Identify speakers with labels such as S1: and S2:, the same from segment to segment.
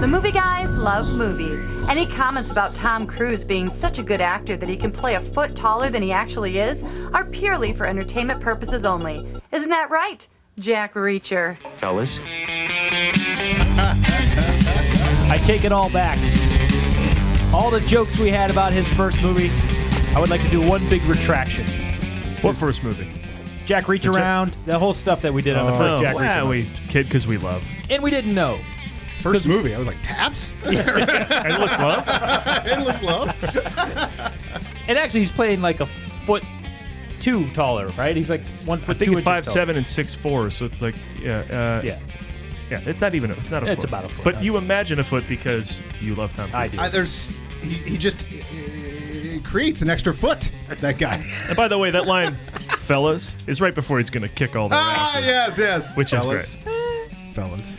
S1: The movie guys love movies. Any comments about Tom Cruise being such a good actor that he can play a foot taller than he actually is are purely for entertainment purposes only. Isn't that right, Jack Reacher?
S2: Fellas,
S3: I take it all back. All the jokes we had about his first movie, I would like to do one big retraction.
S4: What first movie?
S3: Jack Reach Around, the whole stuff that we did on the first Jack Reach
S4: Oh, wow,
S3: Around.
S4: we kid because we love.
S3: And we didn't know.
S5: First movie, I was like, Taps?
S4: Endless love.
S5: Endless Love?
S3: And actually, he's playing like a foot two taller, right? He's like one
S4: I
S3: foot
S4: think
S3: two
S4: it's
S3: inches
S4: five
S3: taller.
S4: seven and six four, so it's like yeah, uh,
S3: Yeah,
S4: yeah. It's not even. A, it's not a.
S3: It's
S4: foot.
S3: about a foot,
S4: But
S3: huh?
S4: you imagine a foot because you love Tom.
S3: I
S4: Cruise.
S3: do.
S5: I, Uh, there's, he, he just uh, creates an extra foot, that guy.
S4: And by the way, that line, fellas, is right before he's gonna kick all the.
S5: ah, yes, yes.
S4: Which is
S5: great. Fellas.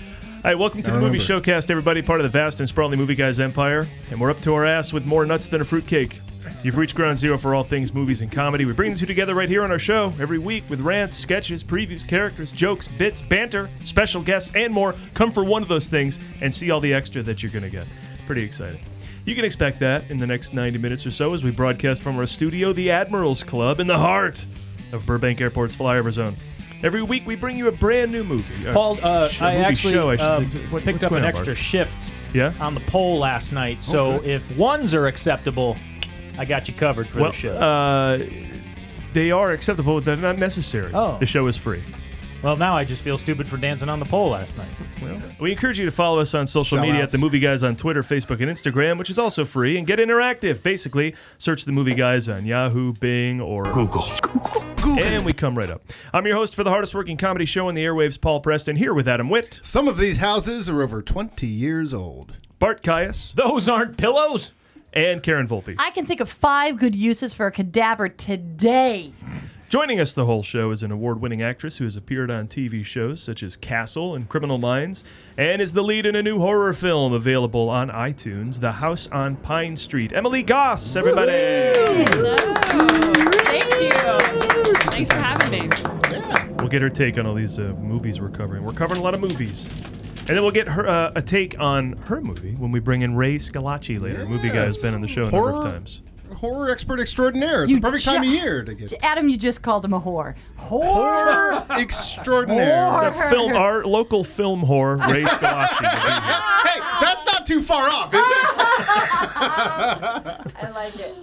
S4: All right, welcome to
S5: I
S4: the Movie
S5: remember.
S4: Showcast, everybody, part of the vast and sprawling Movie Guys empire. And we're up to our ass with more nuts than a fruitcake. You've reached ground zero for all things movies and comedy. We bring the two together right here on our show every week with rants, sketches, previews, characters, jokes, bits, banter, special guests, and more. Come for one of those things and see all the extra that you're going to get. Pretty exciting. You can expect that in the next 90 minutes or so as we broadcast from our studio, the Admirals Club, in the heart of Burbank Airport's flyover zone. Every week we bring you a brand new movie. Uh,
S3: Paul, uh,
S4: sh-
S3: I
S4: movie
S3: actually
S4: show, I should
S3: um,
S4: say. What-
S3: picked
S4: what's
S3: up
S4: going
S3: an
S4: on,
S3: extra
S4: Mark?
S3: shift
S4: Yeah?
S3: on the poll last night. So if ones are acceptable, I got you covered for
S4: Well,
S3: the show.
S4: uh, they are acceptable, but they're not necessary.
S3: Oh.
S4: The show is free.
S3: well, now I just feel stupid for dancing on the pole last night.
S4: We encourage you to follow us on social media at
S5: Sellouts.
S4: The Movie Guys on Twitter, Facebook, and Instagram, which is also free, and get interactive. Basically, search The Movie Guys on Yahoo, Bing, or Google. Google. And we come right up. I'm your host for the hardest working comedy show on the airwaves, Paul Preston, here with Adam Witt,
S5: Some of these houses are over 20 years old.
S4: Bart Caius,
S3: Those aren't pillows.
S4: and Karen Volpe.
S6: I can think of five good uses for a cadaver today.
S4: Joining us the whole show is an award winning actress who has appeared on TV shows such as Castle and Criminal Minds, and is the lead in a new horror film available on iTunes, The House on Pine Street. Emily Goss, everybody!
S7: Thank you. Thanks for having me.
S4: We'll get her take on all these uh, movies we're covering. We're covering a lot of movies. And then we'll get her uh, a take on her movie when we bring in Ray Scalacci later. Movie guy has
S5: Yes.
S4: been on the show a
S5: Horror-
S4: number of times.
S5: Horror expert extraordinaire. It's
S1: You
S5: the perfect time of
S1: ju-
S5: year to get
S1: Adam, you just called him a whore. Whore?
S5: horror extraordinaire.
S1: Horror.
S4: Film, our local film whore, Ray Scalacci. will be here.
S5: hey, that's not too far off, is it?
S1: I like it.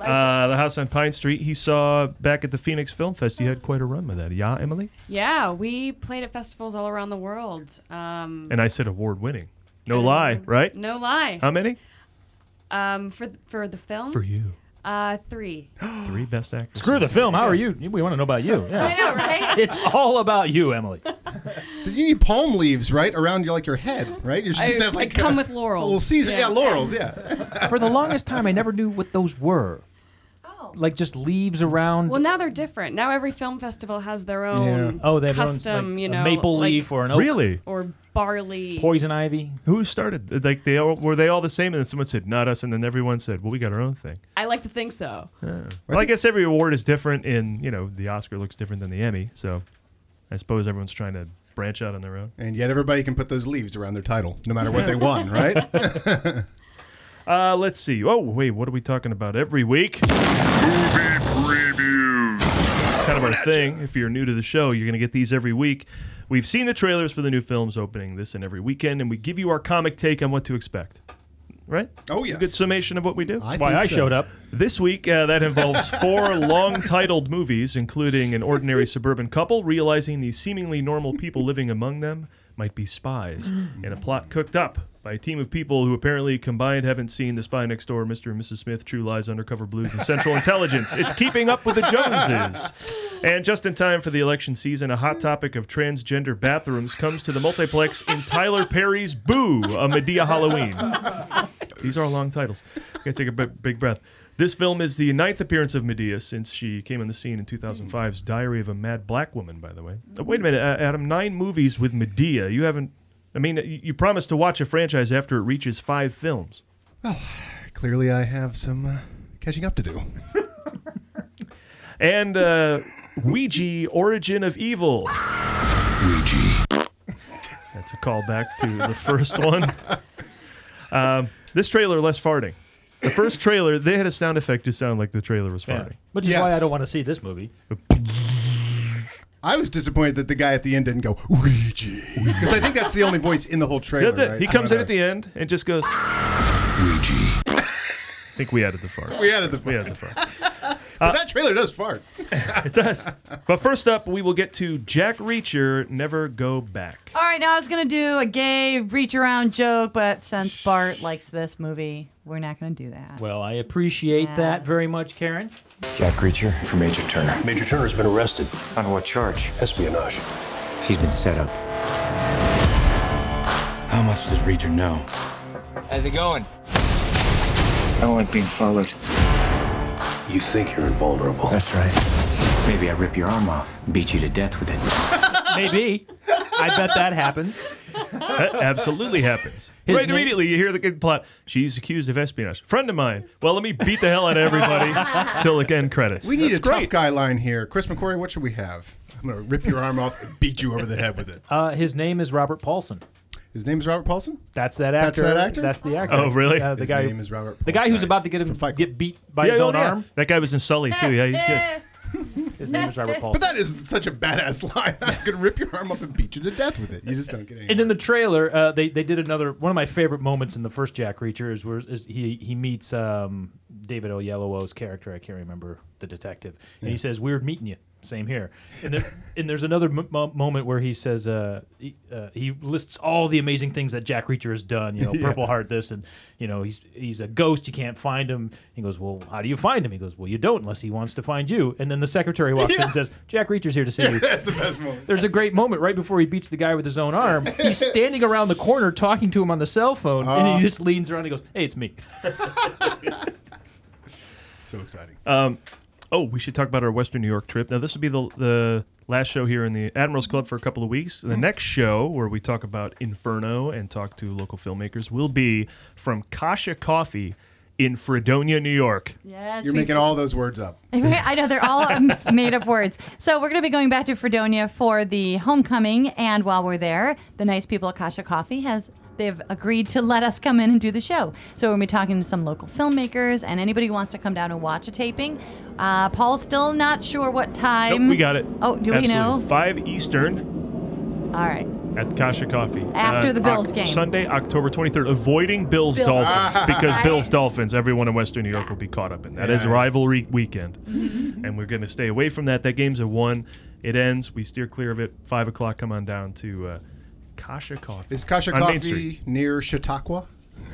S4: Uh, the house on Pine Street he saw back at the Phoenix Film Fest. You had quite a run with that, yeah, Emily.
S7: Yeah, we played at festivals all around the world. Um,
S4: And I said award winning. No lie, right?
S7: no lie.
S4: How many?
S7: Um, for th- for the film,
S4: For you.
S7: uh, three.
S4: Three best actors.
S3: Screw the film. How are you? We want to know about you. Yeah.
S1: I know, right?
S3: It's all about you, Emily.
S5: You need palm leaves, right, around your like your head, right? You should just
S7: I-
S5: have like
S7: I come
S5: a-
S7: with laurels.
S5: a little Caesar, yeah.
S7: Yeah.
S5: laurels, yeah.
S3: For the longest time, I never knew what those were. Oh. Like just leaves around.
S7: Well, now they're different. Now every film festival has their own
S5: Yeah.
S3: oh, they have their own,
S7: custom,
S3: like,
S7: you
S3: a
S7: know,
S3: maple
S7: like-
S3: leaf or an oak.
S4: Really?
S7: or barley.
S3: Poison ivy.
S4: Who started? Like they all, were they all the same? And then someone said not us, and then everyone said, "Well, we got our own thing."
S7: I like to think so.
S4: Well, I guess every award is different. In you know, the Oscar looks different than the Emmy, so I suppose everyone's trying to branch out on their own.
S5: And yet everybody can put those leaves around their title, no matter what they won, right?
S4: Uh, let's see. Oh wait, what are we talking about every week? kind of our thing. If you're new to the show, you're going to get these every week. We've seen the trailers for the new films opening this and every weekend, and we give you our comic take on what to expect. Right?
S5: Oh, yes.
S4: A good summation of what we do.
S3: Why
S5: think
S3: I
S5: so.
S3: showed up.
S4: This week, uh, that involves four long titled movies, including An Ordinary Suburban Couple, realizing the seemingly normal people living among them might be spies, and a plot cooked up by a team of people who apparently combined haven't seen The Spy Next Door, Mr. and Mrs. Smith, True Lies, Undercover Blues, and Central Intelligence. It's keeping up with the Joneses. And just in time for the election season, a hot topic of transgender bathrooms comes to the multiplex in Tyler Perry's Boo, a Medea Halloween. These are long titles. Gotta take a bi- big breath. This film is the ninth appearance of Medea since she came on the scene in 2005's Diary of a Mad Black Woman, by the way. Uh, wait a minute, uh, Adam, nine movies with Medea. You haven't. I mean, you, you promised to watch a franchise after it reaches five films.
S5: Clearly, I have some uh, catching up to do.
S4: And uh, Ouija Origin of Evil. Ouija. That's a callback to the first one. Um, this trailer less farting. The first trailer, they had a sound effect to sound like the trailer was farting.
S3: Which is why
S5: Yes.
S3: I don't want to see this movie.
S5: I was disappointed that the guy at the end didn't go Ouija because I think that's the only voice in the whole trailer.
S4: That's it.
S5: right?
S4: He comes in
S5: Right.
S4: at the end and just goes. Ouija. I think we added the fart.
S5: We added the
S4: We
S5: fart.
S4: added the fart. Uh,
S5: But that trailer does fart.
S4: It does. But first up, we will get to Jack Reacher. Never go back.
S6: All right, now I was gonna do a gay reach around joke, but since Bart likes this movie, we're not gonna do that.
S3: Well, I appreciate that
S6: Yes.
S3: very much, Karen.
S2: Jack Reacher for Major Turner.
S8: Major Turner's been arrested.
S2: On what charge?
S8: Espionage.
S2: He's been set up. How much does Reacher know?
S9: How's it going?
S2: I don't like being followed.
S8: You think you're invulnerable.
S2: That's right. Maybe I rip your arm off and beat you to death with it.
S3: Maybe. I bet that happens.
S4: That absolutely happens.
S3: His
S4: right
S3: name-
S4: immediately, you hear the good plot. She's accused of espionage. Friend of mine. Well, let me beat the hell out of everybody till the end credits.
S5: We need
S4: That's
S5: a tough guy line here. Chris McQuarrie, what should we have? I'm gonna rip your arm off and beat you over the head with it.
S3: Uh, his name is Robert Paulson.
S5: His name is Robert Paulson.
S3: That's that
S5: That's
S3: actor.
S5: that actor?
S3: That's the actor.
S4: Oh, really?
S3: Yeah, the
S5: His
S3: guy.
S5: name is Robert.
S3: the guy who's
S5: Paulson.
S3: about to get him
S5: From Fight Club.
S3: get beat by
S4: Yeah,
S3: his
S4: oh,
S3: own
S4: yeah.
S3: arm.
S4: That guy was in Sully too. Yeah, he's good.
S3: His name is Robert Paulson.
S5: But that is such a badass line. I'm gonna rip your arm off and beat you to death with it. You just don't get any.
S3: And in the trailer, uh, they they did another one of my favorite moments in the first Jack Reacher is where is he he meets um, David Oyelowo's character. I can't remember the detective, and he says, "Weird meeting you." Same here. And, there, and there's another m- mo- moment where he says uh, he, uh, he lists all the amazing things that Jack Reacher has done. You know, Purple Heart, this, and you know he's he's a ghost. You can't find him. He goes, "Well, how do you find him?" He goes, "Well, you don't unless he wants to find you." And then the secretary walks in and says, "Jack Reacher's here to see you."
S5: That's the best moment.
S3: There's a great moment right before he beats the guy with his own arm. He's standing around the corner talking to him on the cell phone, and he just leans around and goes, "Hey, it's me."
S5: So exciting.
S4: Oh, we should talk about our Western New York trip. Now, this will be the, the last show here in the Admirals Club for a couple of weeks.
S6: Mm.
S4: The next show, where we talk about Inferno and talk to local filmmakers, will be from Kasha Coffee in Fredonia, New York.
S6: yes,
S5: You're
S6: we-
S5: making all those words up.
S6: I know they're all made up words. So we're going to be going back to Fredonia for the homecoming, and while we're there, the nice people at Kasha Coffee has they've agreed to let us come in and do the show. So we're going to be talking to some local filmmakers and anybody who wants to come down and watch a taping. Uh, Paul's still not sure what time.
S4: Nope, we got it.
S6: Oh, do
S4: Absolutely.
S6: we know?
S4: Five Eastern
S6: All right.
S4: at Kasha Coffee. Uh,
S6: After the Bills
S4: Oc-
S6: game.
S4: Sunday, October 23rd. Avoiding Bills,
S6: Bills.
S4: Dolphins because
S6: Right.
S4: Bills Dolphins, everyone in Western New York will be caught up in. That is
S5: Yeah.
S4: rivalry weekend.
S6: Mm-hmm.
S4: and we're going to stay away from that. That game's at 1. It ends. We steer clear of it. 5 o'clock, come on down to uh, Kasha Coffee.
S5: Is Kasha
S4: on Main
S5: Coffee
S4: Street.
S5: near Chautauqua?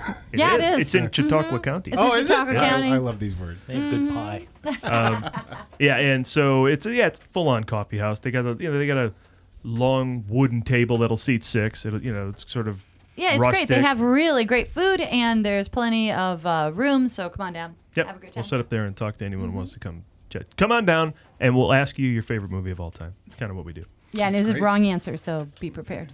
S5: Oh,
S6: Yeah, it is. Mm-hmm.
S4: It's in Chautauqua County.
S6: It's in
S5: is it?
S6: Chautauqua County.
S5: I, I love these words.
S3: They have good pie.
S4: Yeah, and so it's yeah, it's full on coffee house. They got a you know they got a long wooden table that'll seat six. It'll, you know it's sort of
S6: Yeah, it's
S4: rustic.
S6: great. They have really great food, and there's plenty of uh, rooms. So come on down.
S4: Yep.
S6: Have a great time. Mm-hmm.
S4: We'll set up there and talk to anyone who wants to come. Chat. Come on down, and we'll ask you your favorite movie of all time. It's kind of what we do.
S6: yeah, and it was a
S5: Great.
S6: wrong answer, so be prepared.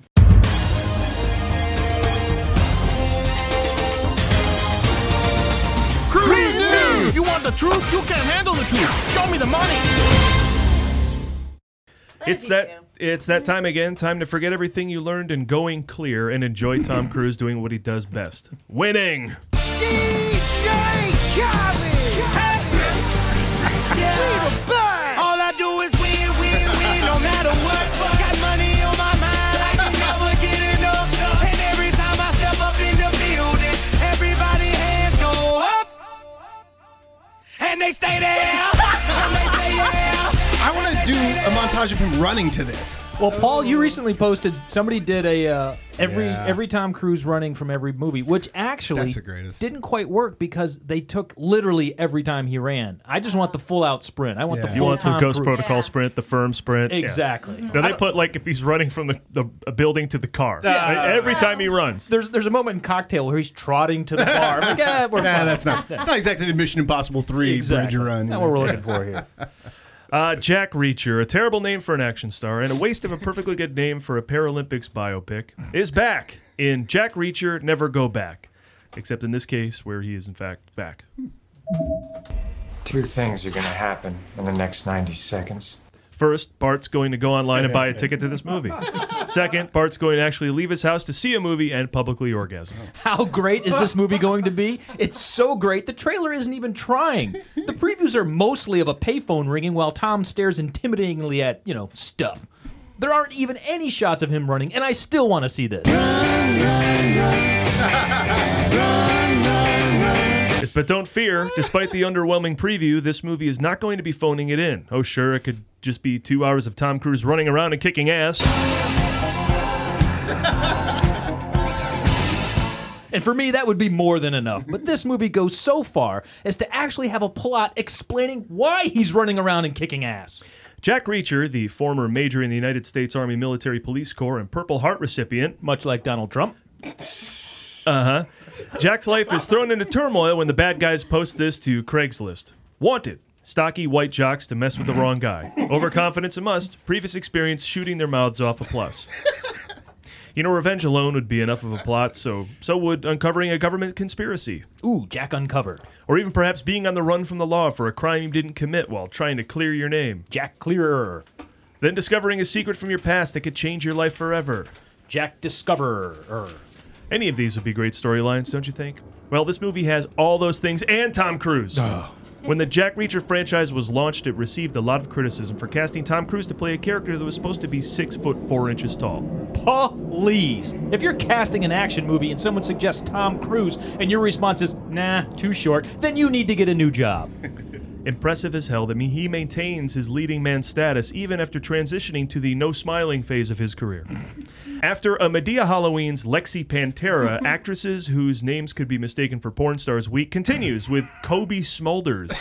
S10: You want the truth? You can't handle the truth. Show me the money.
S4: it's that it's that time again. Time to forget everything you learned in Going Clear and enjoy Tom Cruise doing what he does best: winning.
S10: DJ Khaled. All I do is win, win, win, no matter what. Got money on my mind, I can never get enough. And every time I step up in the building, everybody hands go up. And they stay there. and they say yeah.
S5: I want to do a montage of him running to this.
S3: Well, Paul, you recently posted somebody did a uh, every
S5: Yeah.
S3: every Tom Cruise running from every movie, which actually
S5: That's the greatest.
S3: didn't quite work because they took literally every time he ran. I just want the full out sprint. I want
S5: Yeah.
S3: the
S4: You
S3: full
S4: want the
S3: Tom
S4: Ghost
S3: Cruise.
S4: Protocol sprint, the Firm sprint, yeah.
S3: Exactly.
S4: Now they put like if he's running from the, the a building to the car Like, every time he runs.
S3: There's there's a moment in Cocktail where he's trotting to the bar. I'm like, "Yeah, we're
S5: Nah,
S3: fine."
S5: that's not. It's not exactly the Mission Impossible Three
S3: exactly.
S5: Bridge Run. you
S3: That's
S5: know.
S3: what we're looking for here.
S4: Uh, Jack Reacher, a terrible name for an action star and a waste of a perfectly good name for a Paralympics biopic, is back in Jack Reacher Never Go Back. Except in this case, where he is in fact back.
S2: Two things are gonna happen in the next 90 seconds.
S4: First, Bart's going to go online and buy a ticket to this movie. Second, Bart's going to actually leave his house to see a movie and publicly orgasm.
S3: How great is this movie going to be? It's so great, the trailer isn't even trying. The previews are mostly of a payphone ringing while Tom stares intimidatingly at, you know, stuff. There aren't even any shots of him running, and I still want to see this.
S4: Yes, But don't fear, despite the underwhelming preview, this movie is not going to be phoning it in. Oh, sure, it could just be two hours of Tom Cruise running around and kicking ass.
S3: And for me, that would be more than enough. But this movie goes so far as to actually have a plot explaining why he's running around and kicking ass.
S4: Jack Reacher, the former major in the United States Army Military Police Corps and Purple Heart recipient,
S3: Much like Donald Trump.
S4: Jack's life is thrown into turmoil when the bad guys post this to Craigslist. Wanted. Stocky white jocks to mess with the wrong guy. Overconfidence a must. Previous experience shooting their mouths off a plus. You know, revenge alone would be enough of a plot, so so would uncovering a government conspiracy.
S3: Ooh, Jack Uncovered.
S4: Or even perhaps being on the run from the law for a crime you didn't commit while trying to clear your name.
S3: Jack Clearer.
S4: Then discovering a secret from your past that could change your life forever.
S3: Jack Discoverer.
S4: Any of these would be great storylines, don't you think? Well, this movie has all those things and Tom Cruise. When the Jack Reacher franchise was launched, it received a lot of criticism for casting Tom Cruise to play a character that was supposed to be six foot four inches tall.
S3: Please. If you're casting an action movie and someone suggests Tom Cruise and your response is, nah, too short, then you need to get a new job.
S4: Impressive as hell that me- he maintains his leading man status even after transitioning to the no smiling phase of his career. After a Medea Halloween's Lexi Pantera, actresses whose names could be mistaken for porn stars week continues with Kobe Smulders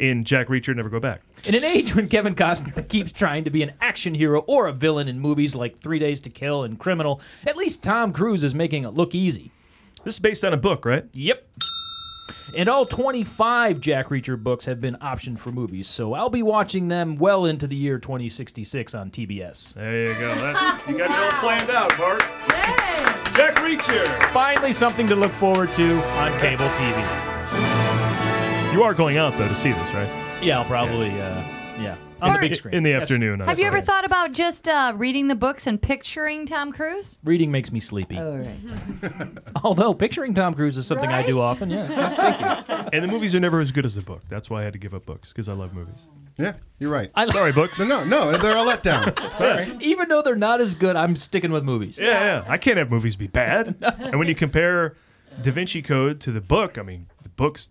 S4: in Jack Reacher Never Go Back.
S3: In an age when Kevin Costner keeps trying to be an action hero or a villain in movies like Three Days to Kill and Criminal, at least Tom Cruise is making it look easy.
S4: This is based on a book, right?
S3: Yep. And all 25 Jack Reacher books have been optioned for movies, so I'll be watching them well into the year 2066 on TBS.
S4: There you go. That's, you got it all planned out, Bart. Jack Reacher.
S3: Finally, something to look forward to on cable TV.
S4: You are going out though to see this, right?
S3: Yeah, I'll probably, yeah, uh, yeah. on the big screen.
S4: in the
S3: Yes.
S4: afternoon.
S6: Have you ever thought about just uh, reading the books and picturing Tom Cruise?
S3: Reading makes me sleepy.
S6: All right.
S3: Although picturing Tom Cruise is something I do
S6: Right?
S3: often. Yes.
S4: And the movies are never as good as the book. That's why I had to give up books because I love movies.
S5: Yeah, you're right.
S3: I,
S4: Sorry, books.
S5: No, no, no, they're a letdown. Sorry.
S3: Even though they're not as good, I'm sticking with movies.
S4: Yeah, yeah. I can't have movies be bad. And when you compare Da Vinci Code to the book, I mean, the book's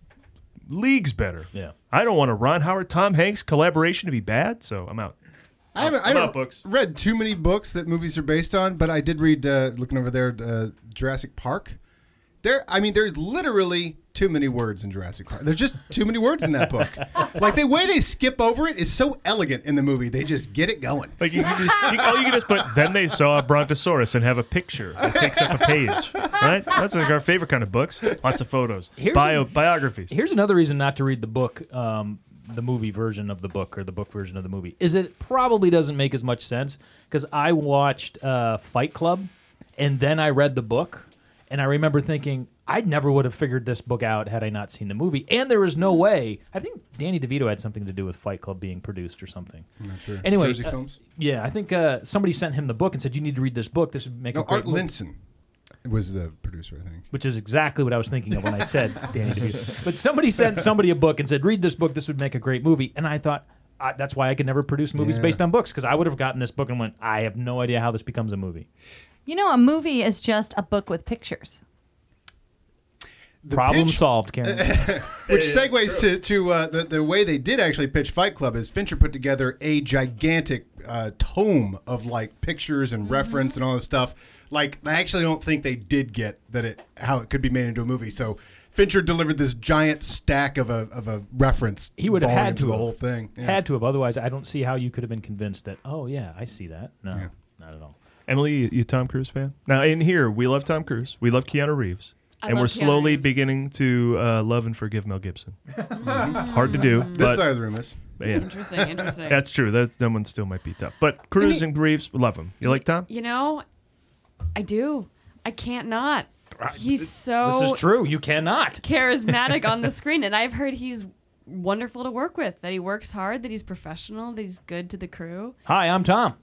S4: leagues better.
S3: Yeah.
S4: I don't want a Ron Howard Tom Hanks collaboration to be bad, so I'm out.
S5: I haven't, I
S4: I'm out
S5: haven't
S4: books.
S5: read too many books that movies are based on, but I did read, uh, looking over there, uh, Jurassic Park. There, I mean, there's literally too many words in Jurassic Park. There's just too many words in that book. Like the way they skip over it is so elegant in the movie. They just get it going.
S4: Like you can just you, all you can just put. Then they saw a brontosaurus and have a picture that takes up a page, right? That's like our favorite kind of books. Lots of photos,
S3: Here's
S4: bio
S3: a-
S4: biographies.
S3: Here's another reason not to read the book, um, the movie version of the book or the book version of the movie, is that it probably doesn't make as much sense because I watched uh, Fight Club and then I read the book and I remember thinking I never would have figured this book out had I not seen the movie. And there is no way. I think Danny DeVito had something to do with Fight Club being produced or something. I'm not sure. Anyway,
S5: Jersey
S3: uh,
S5: Films?
S3: Yeah, I think uh, somebody sent him the book and said you need to read this book. This would make
S5: No,
S3: a great
S5: Art
S3: movie."
S5: Linson was the producer, I think.
S3: which is exactly what I was thinking of when I said Danny DeVito. But somebody sent somebody a book and said, "Read this book. This would make a great movie." And I thought I, that's why I could never produce movies
S5: Yeah.
S3: based on books because I would have gotten this book and went, "I have no idea how this becomes a movie."
S6: You know, a movie is just a book with pictures.
S5: The
S3: Problem
S5: pitch-
S3: solved, Karen.
S5: Which segues to, to uh, the, the way they did actually pitch Fight Club is Fincher put together a gigantic uh, tome of like pictures
S3: Mm-hmm.
S5: and reference and all this stuff. Like I actually don't think they did get that it how it could be made into a movie. So Fincher delivered this giant stack of a of a reference.
S3: He would have
S5: volume
S3: had to
S5: the
S3: have.
S5: whole thing. Yeah.
S3: Had to have, otherwise I don't see how you could have been convinced that. Oh yeah, I see that. No, not at all.
S4: Emily, you, you a Tom Cruise fan? Now in here, we love Tom Cruise. We love Keanu Reeves,
S7: I
S4: and
S7: love
S4: we're
S7: Keanu
S4: slowly
S7: Reeves.
S4: beginning to uh, love and forgive Mel Gibson.
S7: Mm-hmm.
S4: Hard to do,
S5: this
S4: but
S5: side of the room is.
S4: yeah,
S7: Interesting, interesting.
S4: that's true. That's that one still might be tough. But Cruise and Reeves, we love him. You like Tom?
S7: you know, I do. I can't not. He's so
S6: Oh.
S3: This is true. You cannot.
S7: charismatic on the screen, and I've heard he's wonderful to work with. That he works hard. That he's professional. That he's good to the crew.
S3: Hi, I'm Tom.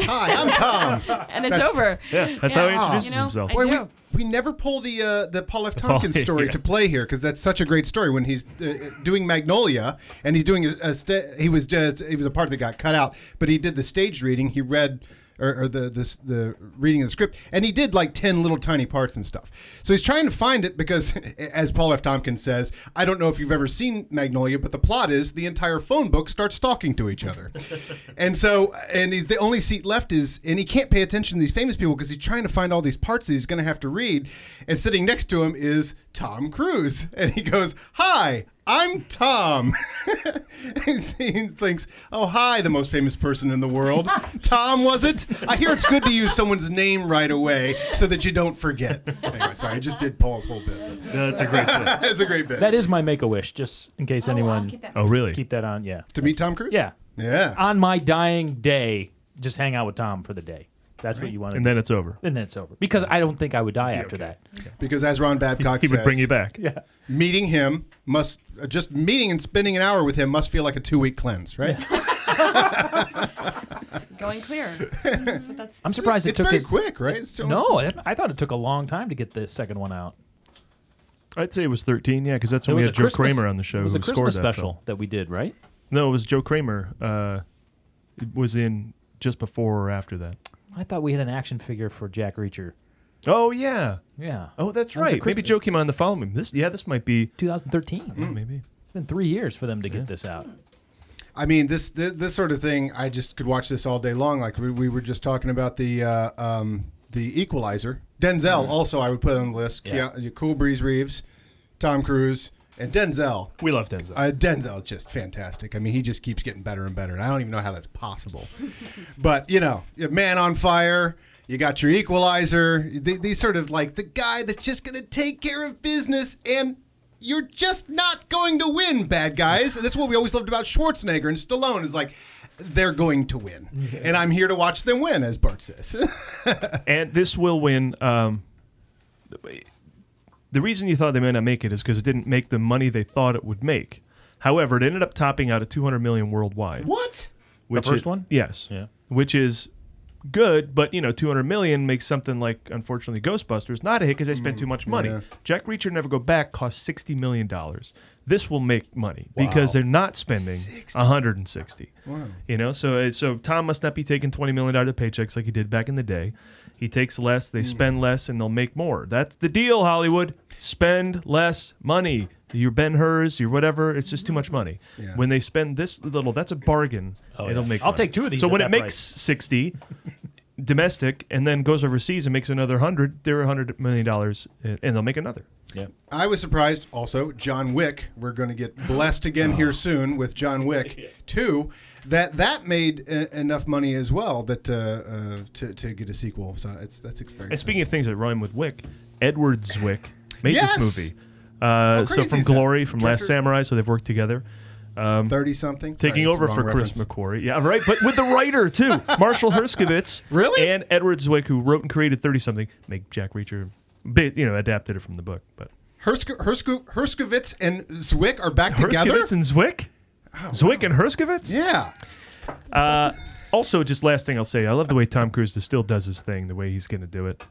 S5: Hi, I'm Tom.
S7: And it's
S5: That's-
S7: over.
S4: Yeah, that's how he introduces
S7: You know,
S4: himself.
S7: I
S5: Boy,
S7: do.
S5: we, we never pull the uh, the Paul F. Tompkins
S4: yeah.
S5: story to play here because that's such a great story. When he's uh, doing Magnolia and he's doing a, a sta- he was just he was a part that got cut out, but he did the stage reading. He read. Or, or the this the reading of the script, and he did like ten little tiny parts and stuff. So he's trying to find it because, as Paul F. Tompkins says, I don't know if you've ever seen Magnolia, but the plot is the entire phone book starts talking to each other, and so and he's the only seat left is and he can't pay attention to these famous people because he's trying to find all these parts that he's going to have to read, and sitting next to him is Tom Cruise, and he goes, "Hi." I'm Tom. he thinks, oh, hi, the most famous person in the world. Tom, was it? I hear it's good to use someone's name right away so that you don't forget. Anyway, sorry, I just did Paul's whole bit.
S4: No, that's a great clip.
S5: That's a great bit.
S3: That is my make a wish, just in case anyone
S6: keep that.
S4: Oh, really?
S3: keep that on. Yeah.
S5: to meet Tom Cruise?
S3: Yeah.
S5: Yeah.
S3: On my dying day, just hang out with Tom for the day. That's what you want to
S4: and then it's over.
S3: and then it's over. Because I don't think I would die after that.
S5: Because as Ron Babcock
S4: He
S5: says,
S4: would bring you back.
S3: Yeah.
S5: meeting him must, uh, just meeting and spending an hour with him must feel like a two week cleanse, right?
S7: Going clear. That's what that's.
S3: I'm surprised it
S5: it's
S3: took
S5: very
S3: his-
S5: quick, right? It's still-
S3: No, I- I thought it took a long time to get the second one out.
S4: I'd say it was 13, yeah, because that's
S3: It
S4: when we
S3: was a
S4: had Joe
S3: Christmas-
S4: Kramer on the show
S3: It was
S4: who
S3: a
S4: scored
S3: Christmas
S4: that
S3: special
S4: film.
S3: that we did, right?
S4: No, it was Joe Kramer. Uh, it was in just before or after that.
S3: I thought we had an action figure for Jack Reacher.
S4: Oh yeah.
S3: Yeah.
S4: Oh, that's
S3: That was a
S4: right. Maybe
S3: Christmas-
S4: Joe came on the following. This, yeah, this might be
S3: 2013.
S4: maybe.
S3: It's been three years for them to get this out.
S5: I mean, this, this this sort of thing, I just could watch this all day long. Like we, we were just talking about the uh, um, the Equalizer. Denzel also I would put on the list.
S3: Yeah.
S5: Kea- Cool Breeze Reeves, Tom Cruise, and Denzel.
S4: We love Denzel.
S5: Uh, Denzel is just fantastic. I mean, he just keeps getting better and better, and I don't even know how that's possible. but you know, you have Man on Fire. You got your Equalizer. Th- These sort of like the guy that's just gonna take care of business, and you're just not going to win, bad guys. And that's what we always loved about Schwarzenegger and Stallone is like. They're going to win, and I'm here to watch them win, as Bart says.
S4: and this will win. Um, the reason you thought they may not make it is because it didn't make the money they thought it would make. However, it ended up topping out at 200 million worldwide.
S5: what?
S4: Which
S3: first
S4: i-
S3: one?
S4: Yes.
S3: Yeah.
S4: Which is good, but you know, 200 million makes something like, unfortunately, Ghostbusters not a hit because they spent too much money. Jack Reacher Never Go Back cost 60 million dollars. This will make money because they're not spending 160. Wow. You know, so uh, so Tom must not be taking 20 million out of paychecks like he did back in the day. He takes less, they spend less, and they'll make more. That's the deal, Hollywood. Spend less money. Your Ben Hur's, your whatever, it's just too much money. When they spend this little, that's a bargain. It'll make.
S3: Oh, I'll
S4: money.
S3: take two of these
S4: So
S3: at
S4: when
S3: that
S4: it makes
S3: price.
S4: sixty domestic and then goes overseas and makes another hundred, they're a hundred million dollars, uh, and they'll make another.
S3: Yeah.
S5: I was surprised. Also, John Wick. We're going to get blessed again
S4: Oh.
S5: here soon with John Wick two. That that made uh, enough money as well that uh, uh, to to get a sequel. So it's that's very.
S4: And speaking of things that rhyme with Wick, Edward Zwick made
S5: Yes!
S4: this movie. Uh, so
S5: crazy
S4: from
S5: is that?
S4: Glory, from Last
S5: Director-
S4: Samurai, so they've worked together,
S5: thirty something.
S4: taking
S5: Sorry,
S4: over
S5: that's the
S4: for
S5: wrong
S4: Chris
S5: reference.
S4: McQuarrie. Yeah, right. But with the writer too, Marshall Herskovitz,
S5: Really?
S4: and Edward Zwick, who wrote and created Thirty Something, make Jack Reacher, bit you know, adapted it from the book. But
S5: Hersko- Hersko- Herskovitz and Zwick are back together. Oh,
S4: Herskovitz and Zwick, Zwick and Herskovitz.
S5: yeah.
S4: Also, just last thing I'll say, I love the way Tom Cruise just still does his thing the way he's going to do it.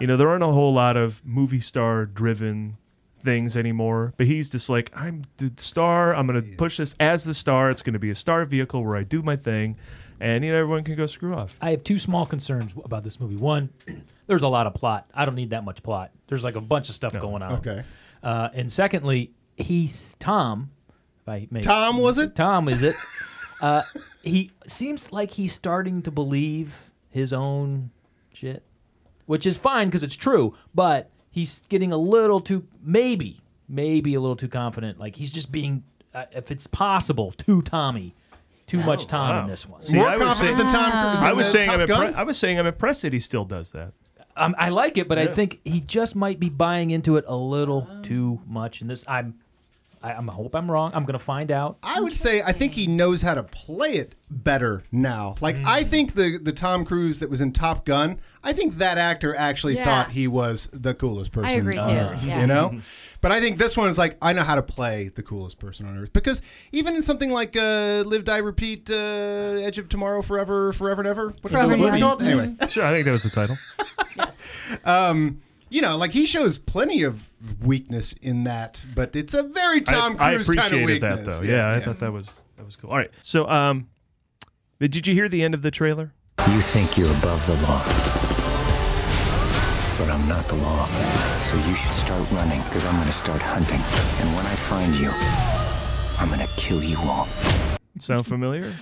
S4: You know, there aren't a whole lot of movie star driven things anymore, but he's just like, I'm the star. I'm going to push this as the star. It's going to be a star vehicle where I do my thing, and, you know, everyone can go screw off.
S3: I have two small concerns about this movie. One, there's a lot of plot. I don't need that much plot. There's like a bunch of stuff going on.
S5: Okay.
S3: Uh, and secondly, he's Tom. If I may,
S5: Tom, was it?
S3: Tom is it? uh, he seems like he's starting to believe his own shit, which is fine because it's true. But he's getting a little too maybe, maybe a little too confident. Like he's just being, uh, if it's possible, too Tommy, too much Tom in
S4: wow.
S3: this one.
S4: See,
S5: More
S4: I was
S5: confident
S4: saying-
S5: than Tom. Than
S4: I was,
S5: uh,
S4: saying
S5: Top
S4: I'm
S5: Gun?
S4: impre- I was saying I'm impressed that he still does that.
S3: Um, I like it, but I think he just might be buying into it a little too much. And this, I'm I, I'm, I hope I'm wrong. I'm gonna find out.
S5: I would say I think he knows how to play it better now. Like
S4: Mm.
S5: I think the the Tom Cruise that was in Top Gun, I think that actor actually
S7: Yeah.
S5: thought he was the coolest person.
S6: agree,
S5: on
S6: too.
S5: Earth,
S6: Yeah.
S5: You know, but I think this one is like I know how to play the coolest person on Earth because even in something like uh, Live, Die, Repeat, uh, Edge of Tomorrow, Forever, Forever and Ever, what
S6: Forever
S5: is
S6: and
S5: it
S6: Ever.
S5: called? Anyway, um,
S4: Sure, I think that was the title.
S6: Mm-hmm.
S5: you know, like he shows plenty of weakness in that, but it's a very Tom
S4: I, I
S5: Cruise kind of
S4: appreciated
S5: weakness.
S4: that though. Yeah, I thought that was that was cool. All right, so um, did you hear the end of the trailer?
S2: You think you're above the law. But I'm not the law. So you should start running, because I'm going to start hunting. And when I find you, I'm going to kill you all.
S4: Sound familiar?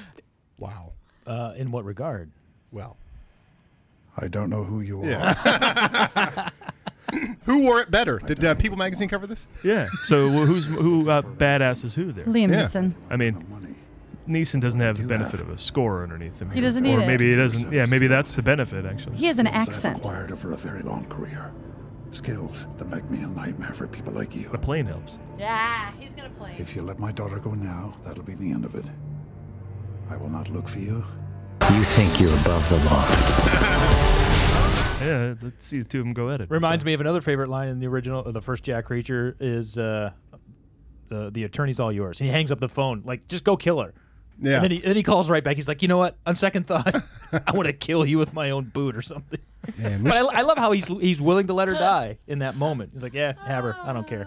S5: wow.
S3: Uh, in what regard?
S5: Well.
S9: I don't know who you are.
S5: Who wore it better? Did uh, People Magazine cover this?
S4: yeah. So wh- who's who? Uh, badass is who there?
S6: Liam
S5: Yeah.
S6: Neeson.
S4: I mean,
S9: Money.
S4: Neeson doesn't have the
S9: do
S4: benefit
S9: have.
S4: of a score underneath him.
S6: He doesn't
S4: or
S6: need it.
S4: maybe he doesn't. Yeah, maybe that's the benefit actually.
S6: He has an
S9: Skills I've
S6: accent.
S9: acquired over a very long career. Skills that make me a nightmare for people like you.
S4: The plane helps.
S6: Yeah, he's gonna play.
S9: If you let my daughter go now, that'll be the end of it. I will not look for you.
S2: You think you're above the law.
S4: Yeah, let's see the two of them go at it.
S3: Reminds me of another favorite line in the original, the first Jack Reacher is uh, the the attorney's all yours. And he hangs up the phone like, just go kill her.
S5: Yeah.
S3: And then he, then he calls right back. He's like, you know what? On second thought, I want to kill you with my own boot or something.
S5: Man, we,
S3: But
S5: should,
S3: I, I love how he's he's willing to let her die in that moment. He's like, yeah, have her. I don't care.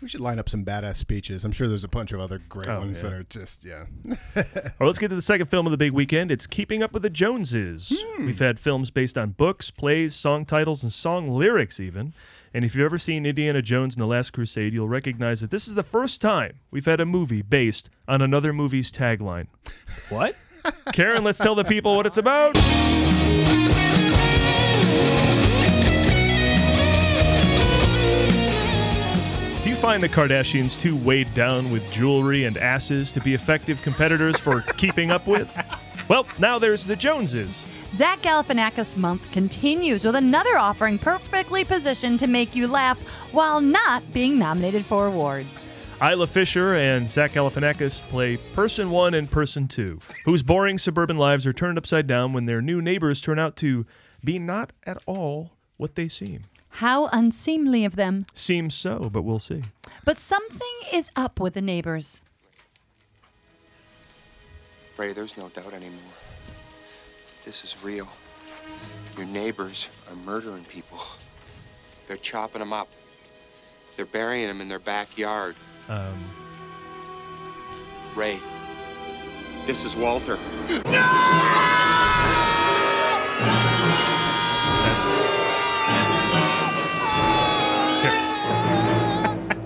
S5: we should line up some badass speeches. I'm sure there's a bunch of other great
S4: Oh,
S5: ones
S4: yeah.
S5: that are just yeah.
S4: All right, let's get to the second film of the big weekend. It's Keeping Up with the Joneses. We've had films based on books, plays, song titles, and song lyrics, even. And if you've ever seen Indiana Jones and the Last Crusade, you'll recognize that this is the first time we've had a movie based on another movie's tagline.
S3: What?
S4: Karen, let's tell the people what it's about. Do you find the Kardashians too weighed down with jewelry and asses to be effective competitors for keeping up with? Well, now there's the Joneses.
S6: Zach Galifianakis month continues with another offering perfectly positioned to make you laugh while not being nominated for awards.
S4: Isla Fisher and Zach Galifianakis play person one and person two, whose boring suburban lives are turned upside down when their new neighbors turn out to be not at all what they seem.
S6: How unseemly of them.
S4: Seems so, but we'll see.
S6: But something is up with the neighbors.
S11: Ray, there's no doubt anymore. This is real. Your neighbors are murdering people. They're chopping them up. They're burying them in their backyard.
S4: Um,
S11: Ray, this is Walter.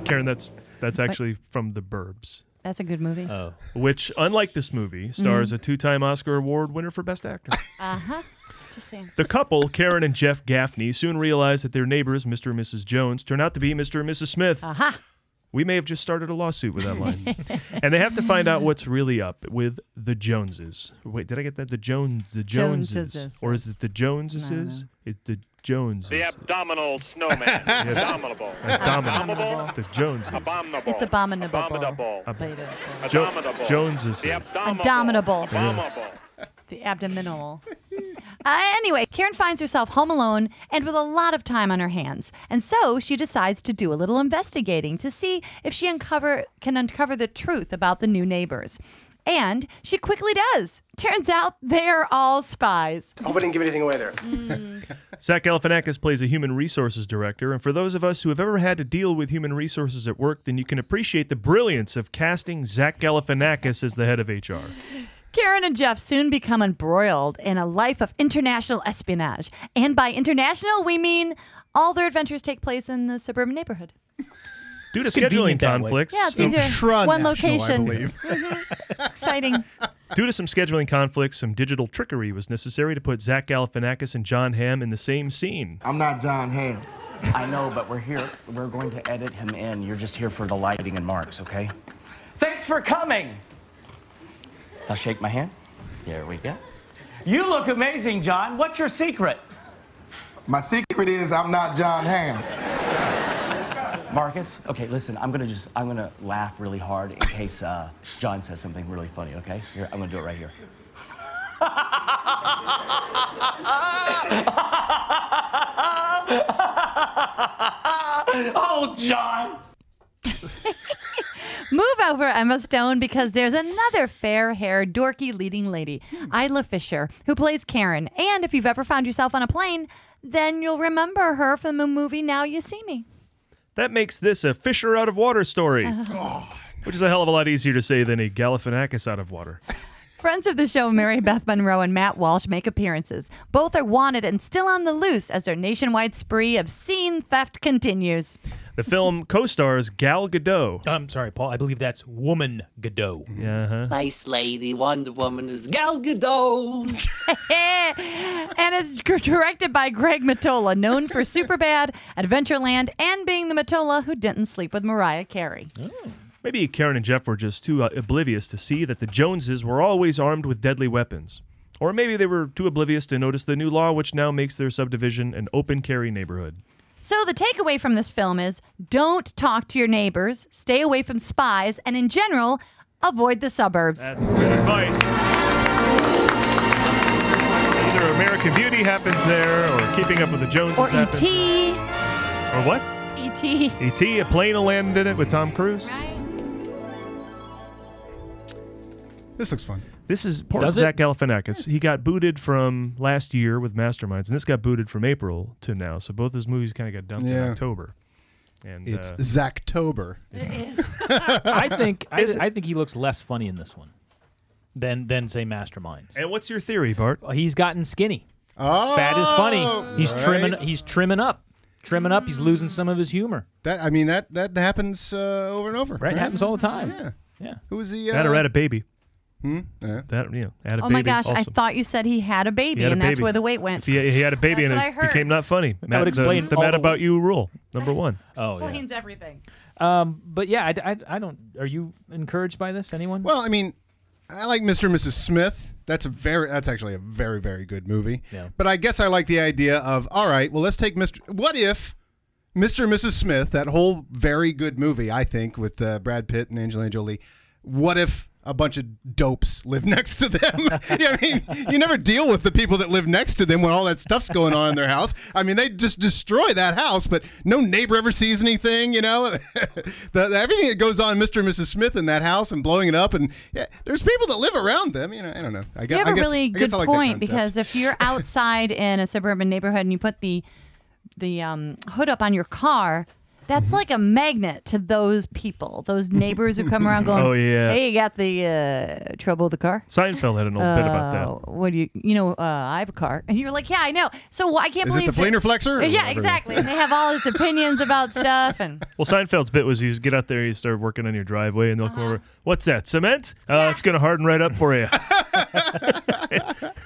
S4: Karen, that's that's actually from The Burbs,
S6: That's a good movie.
S4: which, unlike this movie, stars a two-time Oscar Award winner for Best Actor.
S6: Uh-huh. Just saying.
S4: the couple, Karen and Jeff Gaffney, soon realize that their neighbors, Mr. and Mrs. Jones, turn out to be Mr. and Mrs. Smith. Aha. We may have just started a lawsuit with that line. and they have to find out what's really up with the Joneses. Wait, did I get that? The Jones, the Joneses,
S6: Joneses,
S4: or is it the Joneses? It's the Joneses.
S10: The abdominal snowman. Abominable.
S4: Abominable. The Joneses.
S10: Abominable.
S6: It's Oh, abominable.
S10: Abominable.
S6: Later.
S4: Jo-
S10: Abominable.
S4: Joneses.
S10: The abdominal.
S6: Abdominable.
S10: Abominable.
S6: The abdominal. Uh, anyway, Karen finds herself home alone and with a lot of time on her hands, and so she decides to do a little investigating to see if she uncover can uncover the truth about the new neighbors. And she quickly does. Turns out they're all spies.
S8: Hope I didn't give anything away there.
S4: Zach Galifianakis plays a human resources director, and for those of us who have ever had to deal with human resources at work, then you can appreciate the brilliance of casting Zach Galifianakis as the head of HR.
S6: Karen and Jeff soon become embroiled in a life of international espionage, and by international we mean all their adventures take place in the suburban neighborhood.
S4: Due to scheduling
S3: convenient that way.
S4: conflicts,
S6: Yeah, it's easier.
S5: Ultra
S6: One
S5: national, I
S6: location.
S5: believe.
S6: Exciting.
S4: due to some scheduling conflicts, some digital trickery was necessary to put Zach Galifianakis and John Hamm in the same scene.
S11: I'm not John Ham.
S10: I know, but we're here. We're going to edit him in. You're just here for the lighting and marks, okay? Thanks for coming. Now shake my hand. There we go. You look amazing, John. What's your secret?
S11: My secret is I'm not John Ham.
S12: Marcus, okay, listen, I'm gonna just, I'm gonna laugh really hard in case uh, John says something really funny, okay? Here, I'm gonna do it right here.
S10: oh, John.
S6: Move over, Emma Stone, because there's another fair haired, dorky leading lady, Isla Fisher, who plays Karen. And if you've ever found yourself on a plane, then you'll remember her from the movie Now You See Me.
S4: That makes this a Fisher out of water story,
S6: Oh.
S4: which is a hell of a lot easier to say than a Galifianakis out of water.
S6: Friends of the show, Mary Beth Monroe and Matt Walsh, make appearances. Both are wanted and still on the loose as their nationwide spree of scene theft continues.
S4: The film co-stars Gal Gadot. I'm sorry, Paul. I believe that's Woman Gadot. Yeah. huh
S13: Nice lady, Wonder Woman is Gal Gadot.
S6: and it's g- directed by Greg Matola, known for Superbad, Adventureland, and being the Matola who didn't sleep with Mariah Carey.
S4: Maybe Karen and Jeff were just too uh, oblivious to see that the Joneses were always armed with deadly weapons. Or maybe they were too oblivious to notice the new law, which now makes their subdivision an open carry neighborhood.
S6: So the takeaway from this film is don't talk to your neighbors, stay away from spies, and in general, avoid the suburbs.
S4: That's good advice. Either American Beauty happens there, or Keeping Up with the Joneses.
S6: or E
S4: happens.
S6: E.T.
S4: Or what?
S6: E.T.
S4: E.T. A plane landed in it with Tom Cruise.
S5: This looks fun.
S4: This is poor
S5: Does it?
S4: Zach Galifianakis. He got booted from last year with Masterminds, and this got booted from April to now. So both his movies kind of got dumped in
S5: Yeah.
S4: October. And
S5: It's
S4: uh,
S5: Zachtober.
S3: I think I,
S4: Is it-
S3: I think he looks less funny in this one than than say Masterminds.
S4: And what's your theory, Bart?
S5: Uh,
S3: He's gotten skinny. Oh, fat is funny. He's
S5: Right.
S3: trimming. He's trimming up. Trimming up. He's losing some of his humor.
S5: That I mean that that happens uh, over and over.
S3: Right, it happens all the time.
S5: Yeah.
S3: Yeah.
S5: Who was the uh,
S4: that or had a baby.
S5: Hmm? Yeah.
S4: That you know, had a
S6: Oh
S4: baby.
S6: my gosh, I
S4: also.
S6: thought you said he had a baby,
S4: He had a
S6: and that's
S4: baby.
S6: where the weight went.
S4: He, he had a baby
S6: That's what I
S4: and it
S6: heard.
S4: became not funny.
S3: That
S4: Matt-
S3: would
S4: the-
S3: explain
S4: the, mad
S3: all-
S4: about you rule number one.
S3: Oh, yeah.
S6: Explains everything.
S3: Um, but yeah, I, I, I don't. Are you encouraged by this? Anyone?
S5: Well, I mean, I like Mr. and Mrs. Smith. That's a very that's actually a very very good movie.
S3: Yeah.
S5: But I guess I like the idea of all right, well let's take Mr. What if Mr. and Mrs. Smith, that whole very good movie I think with uh, Brad Pitt and Angelina Jolie. What if a bunch of dopes live next to them? you know what I mean, you never deal with the people that live next to them when all that stuff's going on in their house. I mean, they just destroy that house, but no neighbor ever sees anything. You know, the, the- everything that goes on, Mr. and Mrs. Smith in that house and blowing it up, and yeah, there's people that live around them. You know, I don't know. I
S6: You
S5: guess,
S6: have
S5: I
S6: a
S5: guess-
S6: really
S5: I guess
S6: good
S5: I like that
S6: point
S5: concept.
S6: because if you're outside in a suburban neighborhood and you put the the um, hood up on your car, that's like a magnet to those people, those neighbors who come around going,
S4: Oh, yeah.
S6: hey, you got the uh, trouble with the car."
S4: Seinfeld had an old bit about that.
S6: Uh, What do you, you know, uh, I have a car, and you're like, "Yeah, I know." So I can't
S4: Is it
S6: believe
S4: the planer flexor or
S6: Yeah,
S4: whatever?
S6: exactly. And they have all these opinions about stuff, and
S4: Well, Seinfeld's bit was you just get out there, you start working on your driveway, and they'll
S6: Uh-huh.
S4: come over. What's that? Cement? Uh, It's gonna harden right up for you.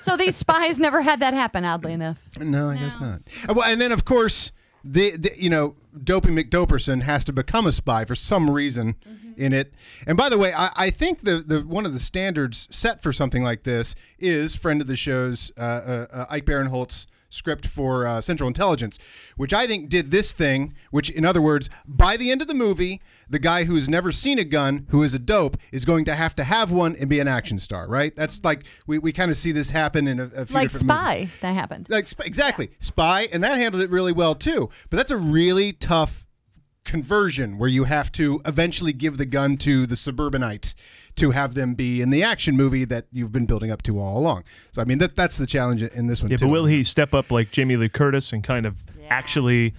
S6: so these spies never had that happen. Oddly enough,
S5: No, I guess not. Uh, Well, and then of course the, the you know Dopey McDoperson has to become a spy for some reason in it. And by the way, I, I think the, the one of the standards set for something like this is friend of the show's uh, uh, uh, Ike Barinholtz script for uh, Central Intelligence, which I think did this thing. Which, in other words, by the end of the movie, the guy who has never seen a gun, who is a dope, is going to have to have one and be an action star. Right? That's like we, we kind of see this happen in a, a few
S6: like
S5: different
S6: spy,
S5: movies.
S6: that happened.
S5: Like sp- exactly, Spy, and that handled it really well too. But that's a really tough conversion where you have to eventually give the gun to the suburbanite to have them be in the action movie that you've been building up to all along. So I mean that that's the challenge in this one
S4: yeah,
S5: too.
S4: but will he step up like Jamie Lee Curtis and kind of actually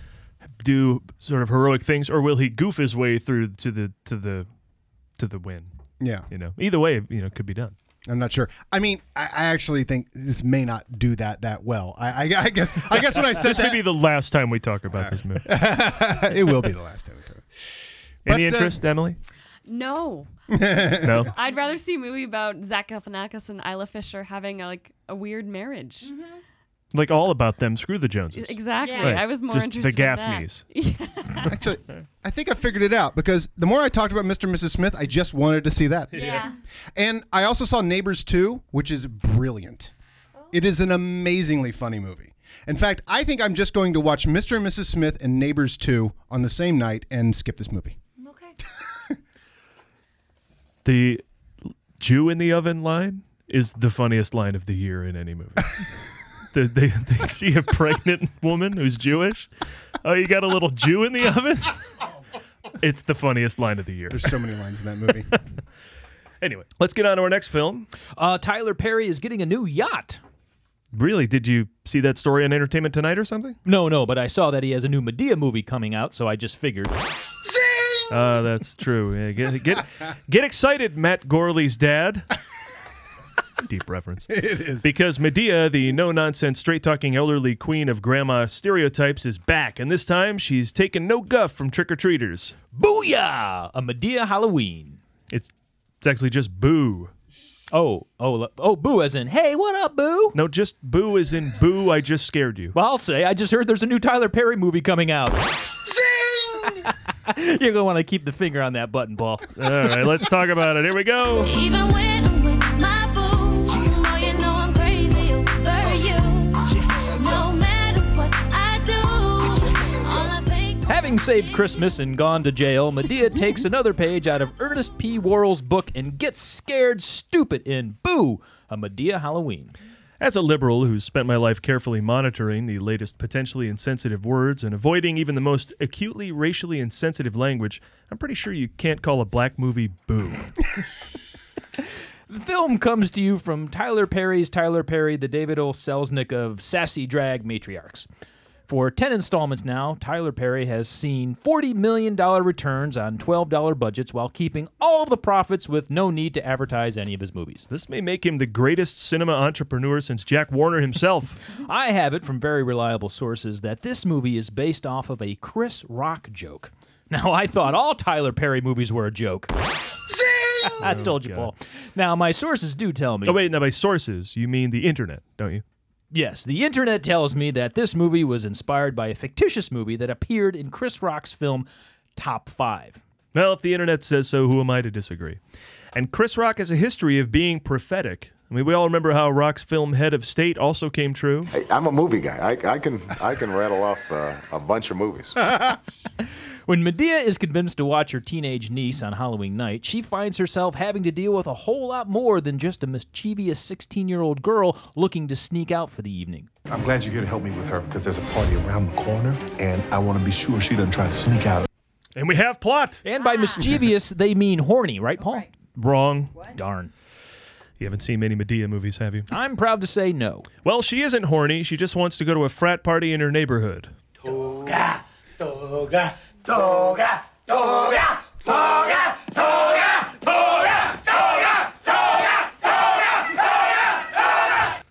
S4: do sort of heroic things, or will he goof his way through to the to the to the win?
S5: Yeah.
S4: you know, either way, you know, it could be done.
S5: I'm not sure. I mean, I, I actually think this may not do that that well. I, I, I guess I guess when I said
S4: this
S5: that,
S4: may be the last time we talk about this movie.
S5: it will be the last time. we talk.
S4: Any
S5: But, uh,
S4: interest, Emily?
S7: No.
S4: No?
S7: I'd rather see a movie about Zach Galifianakis and Isla Fisher having a, like a weird marriage.
S6: Mm-hmm.
S4: Like all about them. Screw the Joneses.
S7: Exactly.
S4: Right.
S7: I was more
S4: Just
S7: interested.
S4: The
S7: in that.
S4: Gaffneys.
S5: Actually, I think I figured it out because the more I talked about Mr. and Mrs. Smith, I just wanted to see that.
S10: Yeah.
S5: And I also saw Neighbors 2, which is brilliant. It is an amazingly funny movie. In fact, I think I'm just going to watch Mr. and Mrs. Smith and Neighbors 2 on the same night and skip this movie.
S4: The Jew in the oven line is the funniest line of the year in any movie. they, they, they see a pregnant woman who's Jewish. Oh, you got a little Jew in the oven? It's the funniest line of the year. There's
S5: so many lines in that movie.
S4: anyway, let's get on to our next film.
S3: Uh, Tyler Perry is getting a new yacht.
S4: Really? Did you see that story on Entertainment Tonight or something?
S3: No, no, but I saw that he has a new Medea movie coming out, so I just figured.
S4: Uh, that's true. Yeah, get, get, get excited, Matt Gorley's dad. Deep reference.
S5: It is.
S4: Because Medea, the no nonsense, straight talking elderly queen of grandma stereotypes, is back, and this time she's taken no guff from trick or treaters.
S3: Booyah! A Medea Halloween.
S4: It's it's actually just boo.
S3: Oh, oh, lo- oh, boo as in, hey, what up, boo?
S4: No, just boo as in boo, I just scared you.
S3: Well, I'll say, I just heard there's a new Tyler Perry movie coming out. You're going to want to keep the finger on that button, Paul.
S4: All right, let's talk about it. Here we go.
S10: Even when I'm with my boo, you know you know I'm crazy over you. No matter what I do, all I think.
S3: Having saved Christmas and gone to jail, Medea takes another page out of Ernest P. Worrell's book and gets scared stupid in Boo, a Medea Halloween.
S4: As a liberal who's spent my life carefully monitoring the latest potentially insensitive words and avoiding even the most acutely racially insensitive language, I'm pretty sure you can't call a black movie boo.
S3: The film comes to you from Tyler Perry's Tyler Perry, the David O. Selznick of sassy drag matriarchs. For 10 installments now, Tyler Perry has seen $40 million returns on $12 budgets while keeping all of the profits with no need to advertise any of his movies.
S4: this may make him the greatest cinema entrepreneur since Jack Warner himself.
S3: I have it from very reliable sources that this movie is based off of a Chris Rock joke. Now, I thought all Tyler Perry movies were a joke. I told you, Paul. Now, my sources do tell me.
S4: oh, wait, now by sources, you mean the internet, don't you?
S3: Yes, the internet tells me that this movie was inspired by a fictitious movie that appeared in Chris Rock's film Top 5.
S4: Well, if the internet says so, who am I to disagree? And Chris Rock has a history of being prophetic. I mean, we all remember how Rock's film Head of State also came true.
S14: Hey, I'm a movie guy. I, I can I can rattle off uh, a bunch of movies.
S3: When Medea is convinced to watch her teenage niece on Halloween night, she finds herself having to deal with a whole lot more than just a mischievous 16 year old girl looking to sneak out for the evening.
S9: I'm glad you're here to help me with her because there's a party around the corner, and I want to be sure she doesn't try to sneak out.
S4: And we have plot.
S3: And by mischievous, they mean horny, right, Paul?
S4: Wrong.
S3: Darn.
S4: You haven't seen many Medea movies, have you?
S3: I'm proud to say no.
S4: Well, she isn't horny. She just wants to go to a frat party in her neighborhood.
S10: Toga, toga, toga, toga, toga, toga, toga, toga, toga, toga.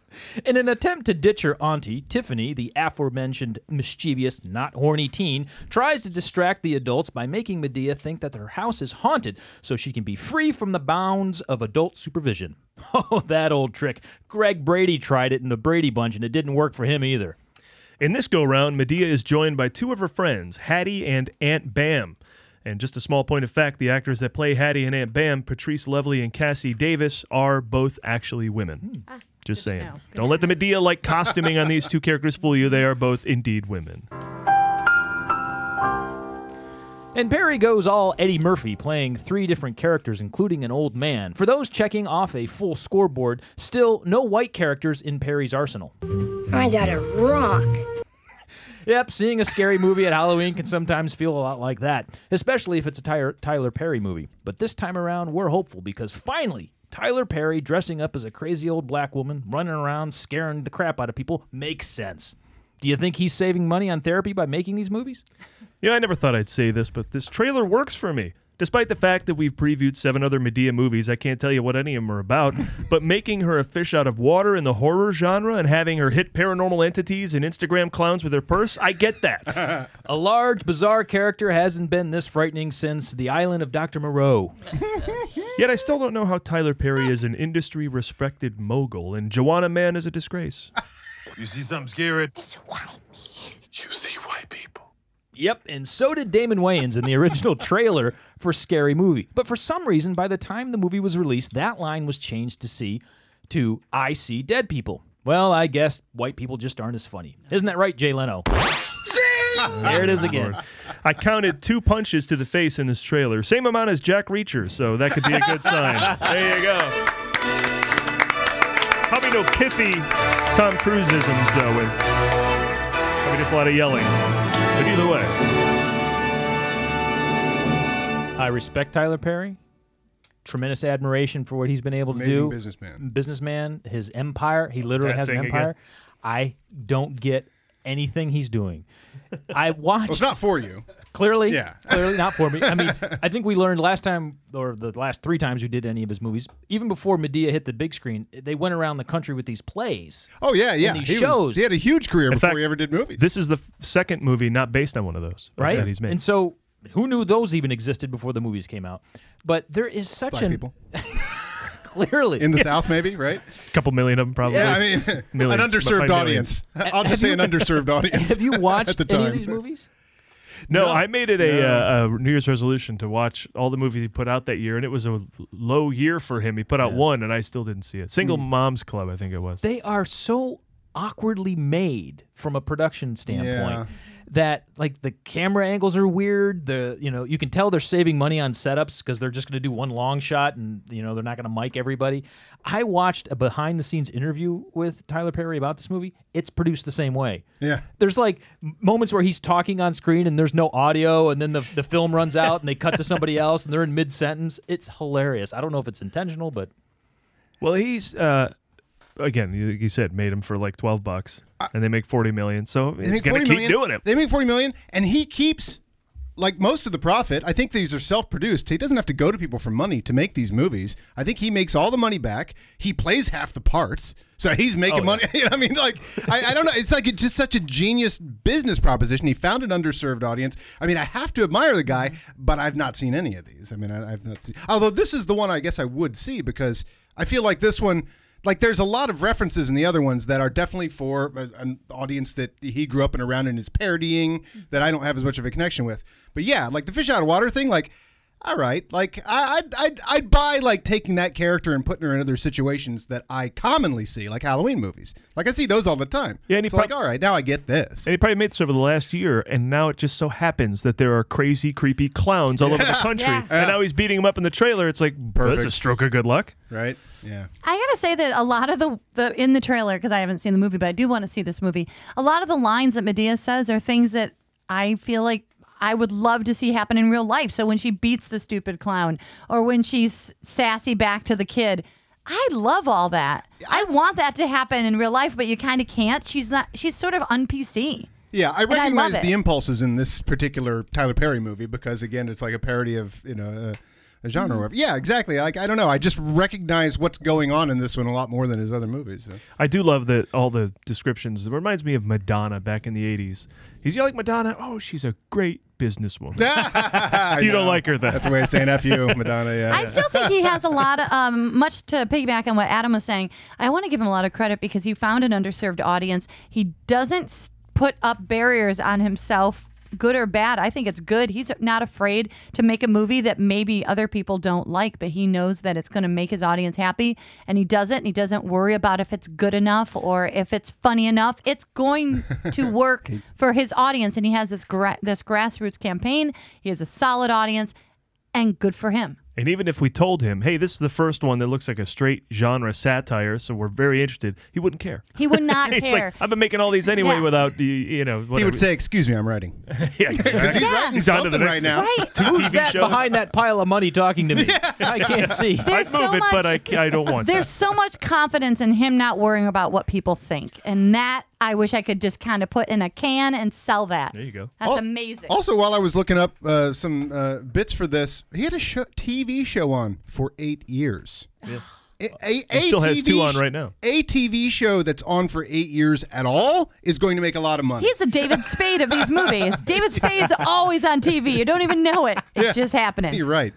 S3: In an attempt to ditch her auntie, Tiffany, the aforementioned mischievous, not horny teen, tries to distract the adults by making Medea think that their house is haunted so she can be free from the bounds of adult supervision. Oh, that old trick. Greg Brady tried it in the Brady Bunch and it didn't work for him either.
S4: In this go round, Medea is joined by two of her friends, Hattie and Aunt Bam. And just a small point of fact the actors that play Hattie and Aunt Bam, Patrice Lovely and Cassie Davis, are both actually women. Just saying. Don't let the Medea like costuming on these two characters fool you. They are both indeed women.
S3: And Perry goes all Eddie Murphy, playing three different characters, including an old man. For those checking off a full scoreboard, still no white characters in Perry's arsenal.
S15: I got a rock.
S3: Yep, seeing a scary movie at Halloween can sometimes feel a lot like that, especially if it's a Tyler, Tyler Perry movie. But this time around, we're hopeful because finally, Tyler Perry dressing up as a crazy old black woman, running around scaring the crap out of people, makes sense. Do you think he's saving money on therapy by making these movies?
S4: Yeah, I never thought I'd say this, but this trailer works for me. Despite the fact that we've previewed seven other Medea movies, I can't tell you what any of them are about, but making her a fish out of water in the horror genre and having her hit paranormal entities and Instagram clowns with her purse, I get that.
S3: A large, bizarre character hasn't been this frightening since The Island of Dr. Moreau.
S4: Yet I still don't know how Tyler Perry is an industry respected mogul and Joanna Man is a disgrace.
S9: You see something scary? It's a white man. You see white people.
S3: Yep, and so did Damon Wayans in the original trailer for Scary Movie. But for some reason, by the time the movie was released, that line was changed to see to I see dead people. Well, I guess white people just aren't as funny. Isn't that right, Jay Leno? there it is again.
S4: I counted two punches to the face in this trailer. Same amount as Jack Reacher, so that could be a good sign. There you go. Probably no pithy Tom Cruise isms, though, with probably just a lot of yelling. But either way,
S3: I respect Tyler Perry. Tremendous admiration for what he's been able to
S5: Amazing
S3: do.
S5: businessman.
S3: Businessman, his empire. He literally
S5: That
S3: has an
S5: thing
S3: empire.
S5: again.
S3: I don't get anything he's doing. I watched.
S5: it's not for you.
S3: Clearly,
S5: Yeah.
S3: clearly not for me. I mean, I think we learned last time, or the last three times we did any of his movies, even before Medea hit the big screen, they went around the country with these plays.
S5: Oh yeah,
S3: and
S5: yeah.
S3: these
S5: He, was-
S3: shows.
S5: he had a huge career
S4: In
S5: before
S4: fact,
S5: he ever did movies.
S4: this is the f- second movie not based on one of those
S3: right?
S4: that he's made.
S3: And so, who knew those even existed before the movies came out? But there is such
S5: Black
S3: an
S5: people.
S3: clearly
S5: in the South, maybe right?
S4: A couple million of them, probably.
S5: Yeah, I mean,
S4: Millions,
S5: an
S4: but by
S5: underserved
S4: millions.
S5: audience. I'll just say an underserved audience.
S3: Have you watched
S5: at the
S3: any
S5: time?
S3: of these movies?
S4: No,
S5: No.
S4: I made it a,
S5: No.
S4: uh, a New Year's resolution to watch all the movies he put out that year, and it was a low year for him. He put out one, and I still didn't see it.
S3: Hmm.
S4: Single Moms Club, I think it was.
S3: They are so awkwardly made from a production
S4: Yeah.
S3: standpoint that like the camera angles are weird. The you know you can tell they're saving money on setups because they're just going to do one long shot and you know they're not going to mic everybody. I watched a behind the scenes interview with Tyler Perry about this movie. It's produced the same way.
S5: Yeah.
S3: There's like m- moments where he's talking on screen and there's no audio, and then the, the film runs out and they cut to somebody else and they're in mid sentence. It's hilarious. I don't know if it's intentional, but
S4: Well, he's uh, again, you, you said made him for like twelve bucks, and they make forty million. So
S5: They
S4: he's
S5: make
S4: gonna
S5: 40
S4: keep
S5: million.
S4: doing it.
S5: They make forty million, and he keeps like most of the profit. I think these are self-produced. He doesn't have to go to people for money to make these movies. I think he makes all the money back. He plays half the parts, so he's making
S4: Oh,
S5: money. You know what I mean, like I, I don't know. It's like it's just such a genius business proposition. He found an underserved audience. I mean, I have to admire the guy, but I've not seen any of these. I mean, I, I've not seen. Although this is the one I guess I would see because I feel like this one like there's a lot of references in the other ones that are definitely for a, an audience that he grew up and around and is parodying that I don't have as much of a connection with. But yeah, like the fish out of water thing, like all right, like I, I'd, I'd I'd buy like taking that character and putting her in other situations that I commonly see, like Halloween movies. Like I see those all the time. Yeah, and he's like all right, now I get this.
S4: And he probably made this over the last year, and now it just so happens that there are crazy, creepy clowns all over the
S5: Yeah.
S4: country.
S5: Yeah.
S4: And now he's beating him up in the trailer. It's like that's a
S5: Perfect.
S4: stroke of good luck,
S5: right? Yeah.
S6: I gotta say that a lot of the, the in the trailer because I haven't seen the movie, but I do want to see this movie. A lot of the lines that Medea says are things that I feel like I would love to see happen in real life. So when she beats the stupid clown, or when she's sassy back to the kid, I love all that. I want that to happen in real life, but you kind of can't. She's not. She's sort of un PC.
S5: Yeah, I
S6: And I love
S5: recognize the
S6: it.
S5: impulses in this particular Tyler Perry movie because again, it's like a parody of you know a, a genre.
S6: Mhm.
S5: or whatever. Yeah, exactly. Like I don't know, I just recognize what's going on in this one a lot more than his other movies. So.
S4: I do love the all the descriptions. It reminds me of Madonna back in the '80s. He's like Madonna. Oh, she's a great businesswoman. you don't like her though.
S5: That's a way of saying "f you, Madonna." Yeah,
S4: I
S6: still think he has a lot of um, much to piggyback on what Adam was saying. I want to give him a lot of credit because he found an underserved audience. He doesn't s- put up barriers on himself, good or bad. I think it's good. He's not afraid to make a movie that maybe other people don't like, but he knows that it's going to make his audience happy, and he does it. And he doesn't worry about if it's good enough or if it's funny enough. It's going to work for his audience, and he has this gra- this grassroots campaign. He has a solid audience, and good for him.
S4: And even if we told him, hey, this is the first one that looks like a straight genre satire, so we're very interested, he wouldn't care.
S6: He would not
S4: He's
S6: care.
S4: like, I've been making all these anyway
S6: Yeah.
S4: without the, you know.
S5: he
S4: whatever."
S5: would say, "Excuse me, I'm writing."
S4: yeah, exactly.
S5: he's Yeah. writing
S4: He's on to the
S5: something
S4: next
S5: right now.
S4: thing.
S5: Right.
S4: Two
S3: who's
S4: TV
S3: that
S4: shows.
S3: behind that pile of money talking to me? I can't see.
S6: There's
S4: I'd move
S6: so
S4: it, but
S6: much-
S4: I, ca- I don't want
S6: There's
S4: that.
S6: so much confidence in him not worrying about what people think. And that I wish I could just kind of put in a can and sell that. There
S4: you go.
S6: That's
S5: Al-
S6: amazing.
S5: Also, while I was looking up uh, some uh, bits for this, he had a show, TV show on for eight years. A, a-
S4: He
S5: a
S4: still has
S5: TV
S4: two on
S5: sh-
S4: right now.
S5: A TV show that's on for eight years at all is going to make a lot of money.
S6: He's the David Spade of these movies. David Spade's always on TV. You don't even know it. It's
S5: Yeah.
S6: just happening.
S5: You're right.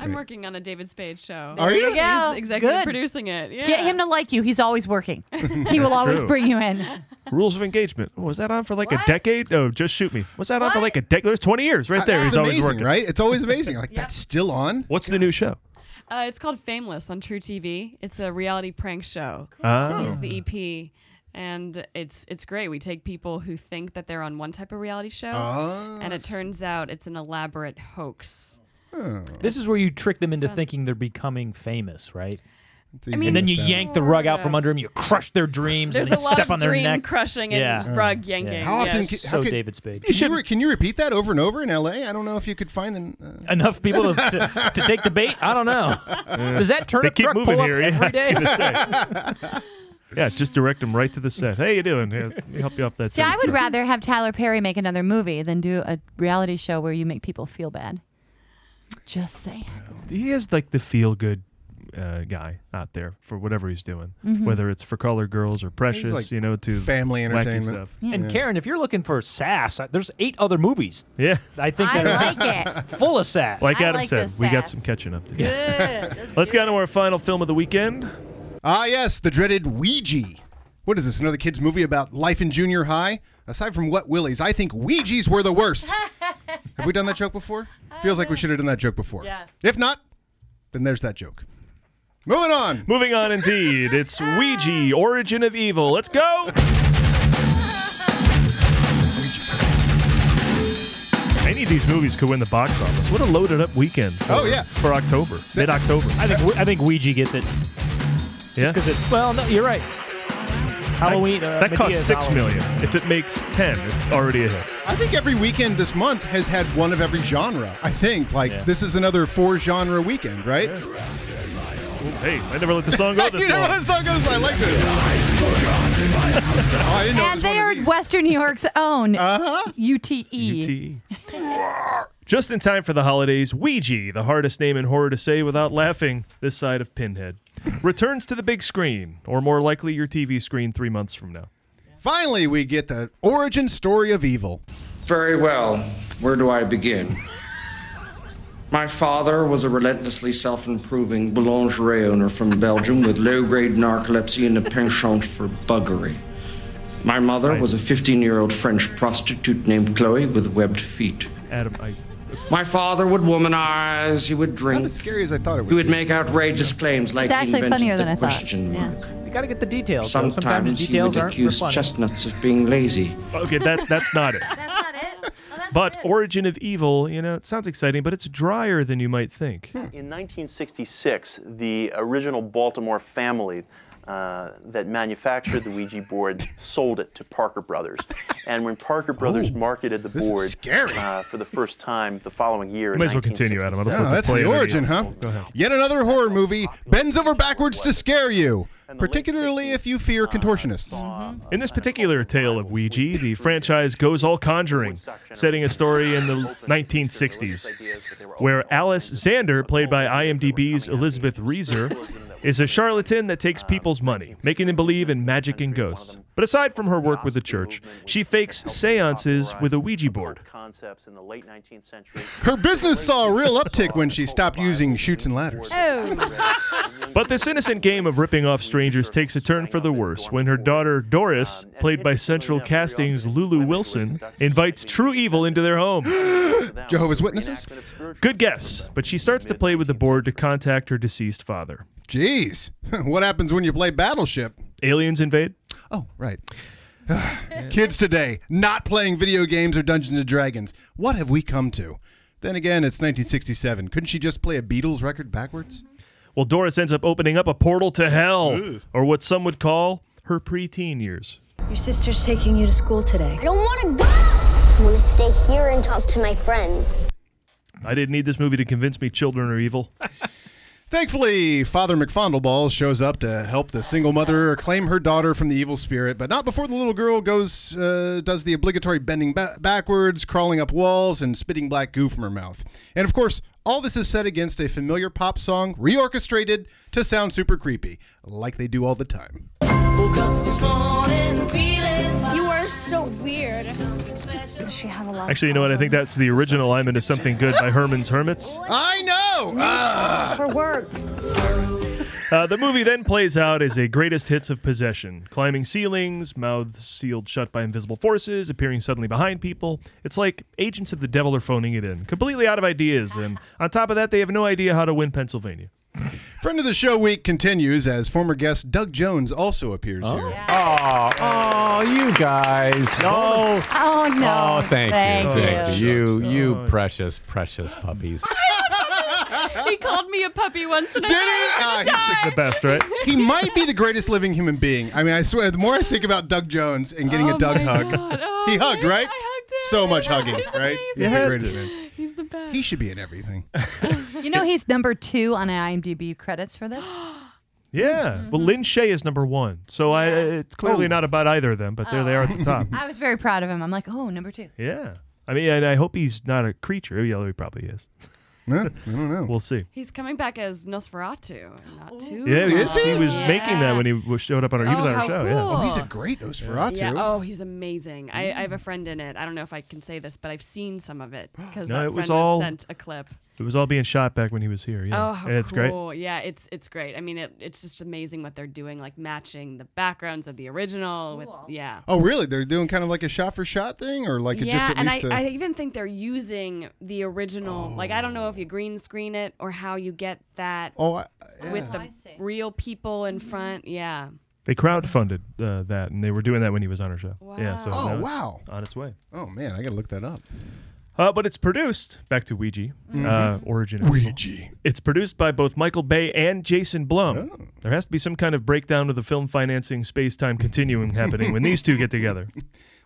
S7: I'm working on a David Spade show.
S6: There you go.
S7: He's executive
S6: Good.
S7: producing it. Yeah.
S6: Get him to like you. He's always working. He will
S4: That's
S6: always
S4: true.
S6: bring you in.
S4: Rules of engagement. Oh, was that on for like a decade? Oh, just shoot me. Was that on for like a decade? There's 20 years right there.
S5: Uh, That's
S4: He's always
S5: amazing,
S4: working.
S5: right? It's always amazing. Like that's still on.
S4: What's the new show?
S7: Uh, it's called Fameless on True TV. It's a reality prank show.
S4: Oh.
S7: He's the EP, and it's it's great. We take people who think that they're on one type of reality show,
S3: Ah,
S7: and
S3: s-
S7: it turns out it's an elaborate hoax.
S3: This is where you trick them into
S7: Fun.
S3: thinking they're becoming famous, right?
S7: I mean,
S3: and then you
S7: sort
S3: yank the rug out from under them. You crush their dreams.
S7: There's
S3: and
S7: a
S3: you
S7: lot
S3: step
S7: of
S3: on their
S7: dream
S3: neck.
S7: crushing and
S3: Yeah.
S7: rug
S3: Yeah.
S7: yanking.
S5: How often?
S7: yes.
S5: Can, how
S3: So
S5: could-
S3: David Spade.
S5: Can you, re- can you repeat that over and over in L.A.? I don't know if you could find an, uh,
S3: Enough people to, to, to take the bait. I don't know. Does that turnip
S4: They keep
S3: truck
S4: moving
S3: pull up
S4: here,
S3: every
S4: yeah, I
S3: day?
S4: was Yeah, just direct them right to the set. Hey, you doing? Here, let me help you off that.
S6: See, I would
S4: sentence.
S6: rather have Tyler Perry make another movie than do a reality show where you make people feel bad. Just saying.
S4: He is like the feel good uh, guy out there for whatever he's doing,
S6: Mhm.
S4: whether it's for color girls or precious,
S3: like
S4: you know, to
S5: family
S4: wacky
S5: entertainment.
S4: stuff.
S3: And Karen, if you're looking for sass, I- there's eight other movies.
S4: Yeah,
S3: I think
S4: I
S3: that
S4: like
S3: are full of sass.
S4: Like uh, Adam said, we got some catching up to do. Let's get on to our final film of the weekend.
S5: Ah, yes, the dreaded Ouija. What is this? Another kids' movie about life in junior high? Aside from Wet Willies, I think Ouija's were the worst. have we done that joke before? Feels like we should have done that joke before.
S10: Yeah.
S5: If not, then there's that joke. Moving on.
S4: Moving on, indeed. It's Ouija, Origin of Evil. Let's go. Any of these movies could win the box office. What a loaded up weekend. For,
S3: Oh, yeah.
S4: For October, mid October.
S3: I think I think Ouija gets it.
S4: Yeah.
S3: Just because it. Well, no, you're right. Halloween. uh,
S4: that costs
S3: Medea's
S4: six
S3: Halloween.
S4: million. If it makes ten, it's already a hit.
S5: I think every weekend this month has had one of every genre. I think. Like, this is another four genre weekend, right?
S4: Hey, I never let the song go this
S5: you know
S4: long.
S5: what song goes? I like this. Oh, I didn't know it
S6: And
S5: was
S6: they are Western New York's own
S16: Uh-huh.
S6: E.
S16: E.
S6: UTE.
S4: UTE. Just in time for the holidays, Ouija, the hardest name in horror to say without laughing, this side of Pinhead, returns to the big screen, or more likely your TV screen three months from now.
S5: Finally, we get the origin story of evil.
S17: Very well. Where do I begin? My father was a relentlessly self improving boulangerie owner from Belgium with low grade narcolepsy and a penchant for buggery. My mother was a 15 year old French prostitute named Chloe with webbed feet.
S4: Adam, I.
S17: My father would womanize, he would drink. Not as
S5: scary as I thought it would
S17: He would make outrageous claims like
S6: It's
S17: he
S6: actually
S17: invented
S6: funnier
S17: the
S6: than I thought.
S17: question mark.
S6: Yeah.
S3: You got to get the details. though.
S17: Sometimes,
S3: Sometimes
S17: he
S3: details
S17: would
S3: aren't for
S17: accuse
S3: fun.
S17: chestnuts of being lazy.
S4: Okay, that that's not it. that's not it. but Origin of Evil, you know, it sounds exciting, but it's drier than you might think.
S18: In 1966, the original Baltimore family uh, that manufactured the Ouija board sold it to Parker Brothers. And when Parker Brothers marketed the
S5: this is
S18: board
S5: scary.
S18: Uh, for the first time the following year, in
S4: Might as well continue, Adam. I'll just
S5: Oh,
S4: let this
S5: that's
S4: play
S5: the
S4: already.
S5: origin, huh?
S4: Go ahead.
S5: Yet another horror movie bends over backwards to scare you, particularly if you fear
S18: uh,
S5: contortionists.
S4: In this particular tale of Ouija, the franchise goes all conjuring, setting a story in the 1960s, where Alice Zander, played by IMDb's Elizabeth Reeser, is a charlatan that takes people's money, making them believe in magic and ghosts. But aside from her work with the church, she fakes seances with a Ouija board.
S18: Concepts in the late 19th century.
S5: Her business saw a real uptick when she stopped using chutes and ladders.
S4: But this innocent game of ripping off strangers takes a turn for the worse when her daughter Doris, played by Central Casting's Lulu Wilson, invites true evil into their home.
S5: Jehovah's Witnesses?
S4: Good guess, but she starts to play with the board to contact her deceased father.
S5: Jeez, what happens when you play Battleship?
S4: Aliens invade?
S5: Oh, right. Kids today not playing video games or Dungeons and Dragons. What have we come to? Then again, it's 1967. Couldn't she just play a Beatles record backwards?
S4: Well, Doris ends up opening up a portal to hell, or what some would call her preteen years.
S15: Your sister's taking you to school today.
S19: I don't want to go. I want to stay here and talk to my friends.
S4: I didn't need this movie to convince me children are evil.
S5: Thankfully, Father McFondleballs shows up to help the single mother claim her daughter from the evil spirit, but not before the little girl goes uh, does the obligatory bending ba- backwards, crawling up walls, and spitting black goo from her mouth. And of course, all this is set against a familiar pop song reorchestrated to sound super creepy, like they do all the time.
S19: You are so weird. Does she have a lot?
S4: Actually, you know what? I think that's the original I'm Into Something Good by Herman's Hermits.
S5: I know. Ah!
S19: For work.
S4: Uh, the movie then plays out as a greatest hits of possession climbing ceilings, mouths sealed shut by invisible forces, appearing suddenly behind people. It's like agents of the devil are phoning it in, completely out of ideas, and on top of that, they have no idea how to win Pennsylvania.
S5: Friend of the show week continues as former guest Doug Jones also appears here. Oh, oh, you guys! No,
S6: Oh no!
S16: Oh, thank,
S6: Thank
S16: you, thank you, you, you
S6: Oh.
S16: precious, precious puppies.
S7: he called me a puppy once and I
S5: Did he?
S4: the best, right?
S5: he might be the greatest living human being. I mean, I swear, the more I think about Doug Jones and
S7: "Oh
S5: getting a Doug hug, he hugged, right? So much hugging, right? He's the greatest man.
S7: He's the best.
S5: He should be in everything.
S6: You know he's number two on IMDb credits for this.
S4: Yeah. Well, Lynn Shay is number one, so I, it's clearly
S6: Oh.
S4: not about either of them, but there they are at the top.
S6: I was very proud of him. I'm like, oh, number two.
S4: yeah. I mean, and I hope he's not a creature. Yeah, he probably is.
S5: I don't know.
S4: We'll see.
S7: He's coming back as Nosferatu. and Not too.
S4: Yeah, he,
S7: long.
S4: he was
S7: Yeah.
S4: making that when he w- showed up on our. He was
S7: Oh,
S4: on our
S7: how
S4: show. Yeah.
S7: cool. Yeah,
S4: Yeah.
S7: Oh, he's amazing. I, I have
S5: Mm.
S7: a friend in it. I don't know if I can say this, but I've seen some of it because
S4: No,
S7: that
S4: it was
S7: friend
S4: all-
S7: was sent a clip.
S4: It was all being shot back when he was here. Yeah.
S7: Oh, how
S4: and it's great.
S7: cool. Yeah, it's it's great. I mean, it, it's just amazing what they're doing, like matching the backgrounds of the original. With, yeah.
S5: Oh, really? They're doing kind of like a shot for shot thing, or like it
S7: yeah,
S5: just at
S7: and
S5: least uh,
S7: I,
S5: a-
S7: I even think they're using the original. Like, I don't know if you green screen it or how you get that
S5: Oh, I- Mm-hmm.
S7: with the real people in front. Yeah.
S4: They crowdfunded uh, that, and they were doing that when he was on our show. Yeah. So
S5: Oh,
S4: now it's
S5: wow.
S4: On its way.
S5: Oh man, I gotta look that up.
S4: Uh, but it's produced back to Ouija
S7: Mm-hmm.
S4: uh,
S5: Mhm.
S4: origin. of evil. It's produced by both Michael Bay and Jason Blum.
S5: Oh.
S4: There has to be some kind of breakdown of the film financing space time continuum happening when these two get together.